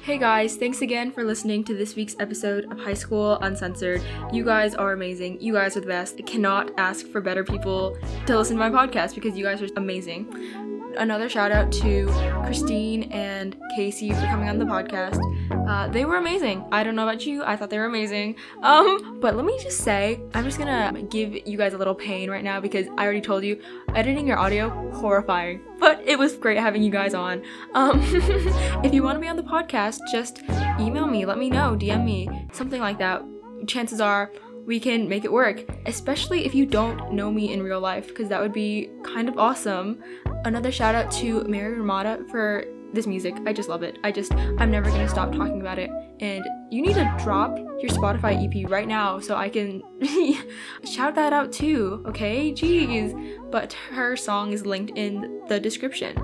Speaker 3: Hey guys, thanks again for listening to this week's episode of High School Uncensored. You guys are amazing. You guys are the best. I cannot ask for better people to listen to my podcast because you guys are amazing. another shout out to Christine and Casey for coming on the podcast. Uh, they were amazing. I don't know about you, I thought they were amazing. Um, but let me just say, I'm just gonna give you guys a little pain right now because I already told you, editing your audio horrifying. But it was great having you guys on. Um, <laughs> if you want to be on the podcast, just email me, let me know, DM me, something like that. Chances are we can make it work, especially if you don't know me in real life, because that would be kind of awesome. Another shout out to Mary Ramada for this music. I just love it. I just, I'm never gonna stop talking about it. And you need to drop your Spotify EP right now so I can <laughs> shout that out too, okay? Jeez. But her song is linked in the description.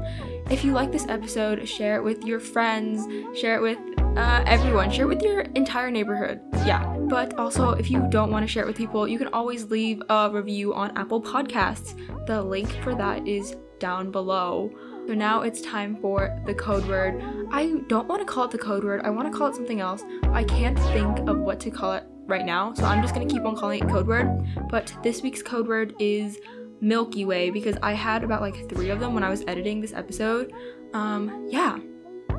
Speaker 3: If you like this episode, share it with your friends, share it with uh, everyone, share it with your entire neighborhood. Yeah. But also, if you don't want to share it with people, you can always leave a review on Apple Podcasts. The link for that is down below. So now it's time for the code word. I don't want to call it the code word, I want to call it something else. I can't think of what to call it right now, so I'm just going to keep on calling it code word. But this week's code word is Milky Way because I had about like three of them when I was editing this episode. Um, yeah.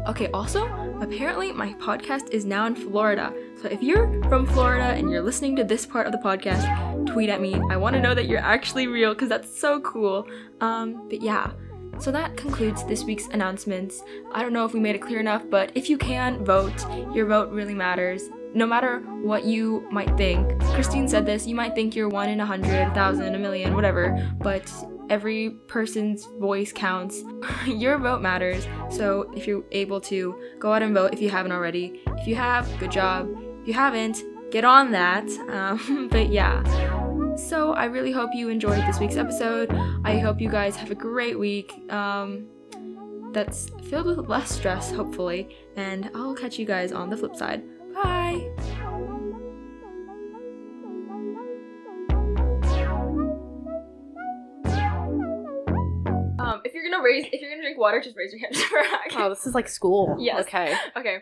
Speaker 3: Okay, also, apparently my podcast is now in Florida. So if you're from Florida and you're listening to this part of the podcast, tweet at me. I want to know that you're actually real because that's so cool. Um, but yeah. So that concludes this week's announcements. I don't know if we made it clear enough, but if you can, vote. Your vote really matters. No matter what you might think. Christine said this you might think you're one in a hundred, a thousand, a million, whatever, but every person's voice counts. <laughs> Your vote matters. So if you're able to, go out and vote if you haven't already. If you have, good job. If you haven't, get on that. <laughs> Um, but yeah. So I really hope you enjoyed this week's episode. I hope you guys have a great week. Um, that's filled with less stress, hopefully. And I'll catch you guys on the flip side. Bye. Um, if you're gonna raise, if you're gonna drink water, just raise your hand. <laughs>
Speaker 1: Oh, this is like school.
Speaker 3: Yes.
Speaker 1: Okay.
Speaker 3: okay.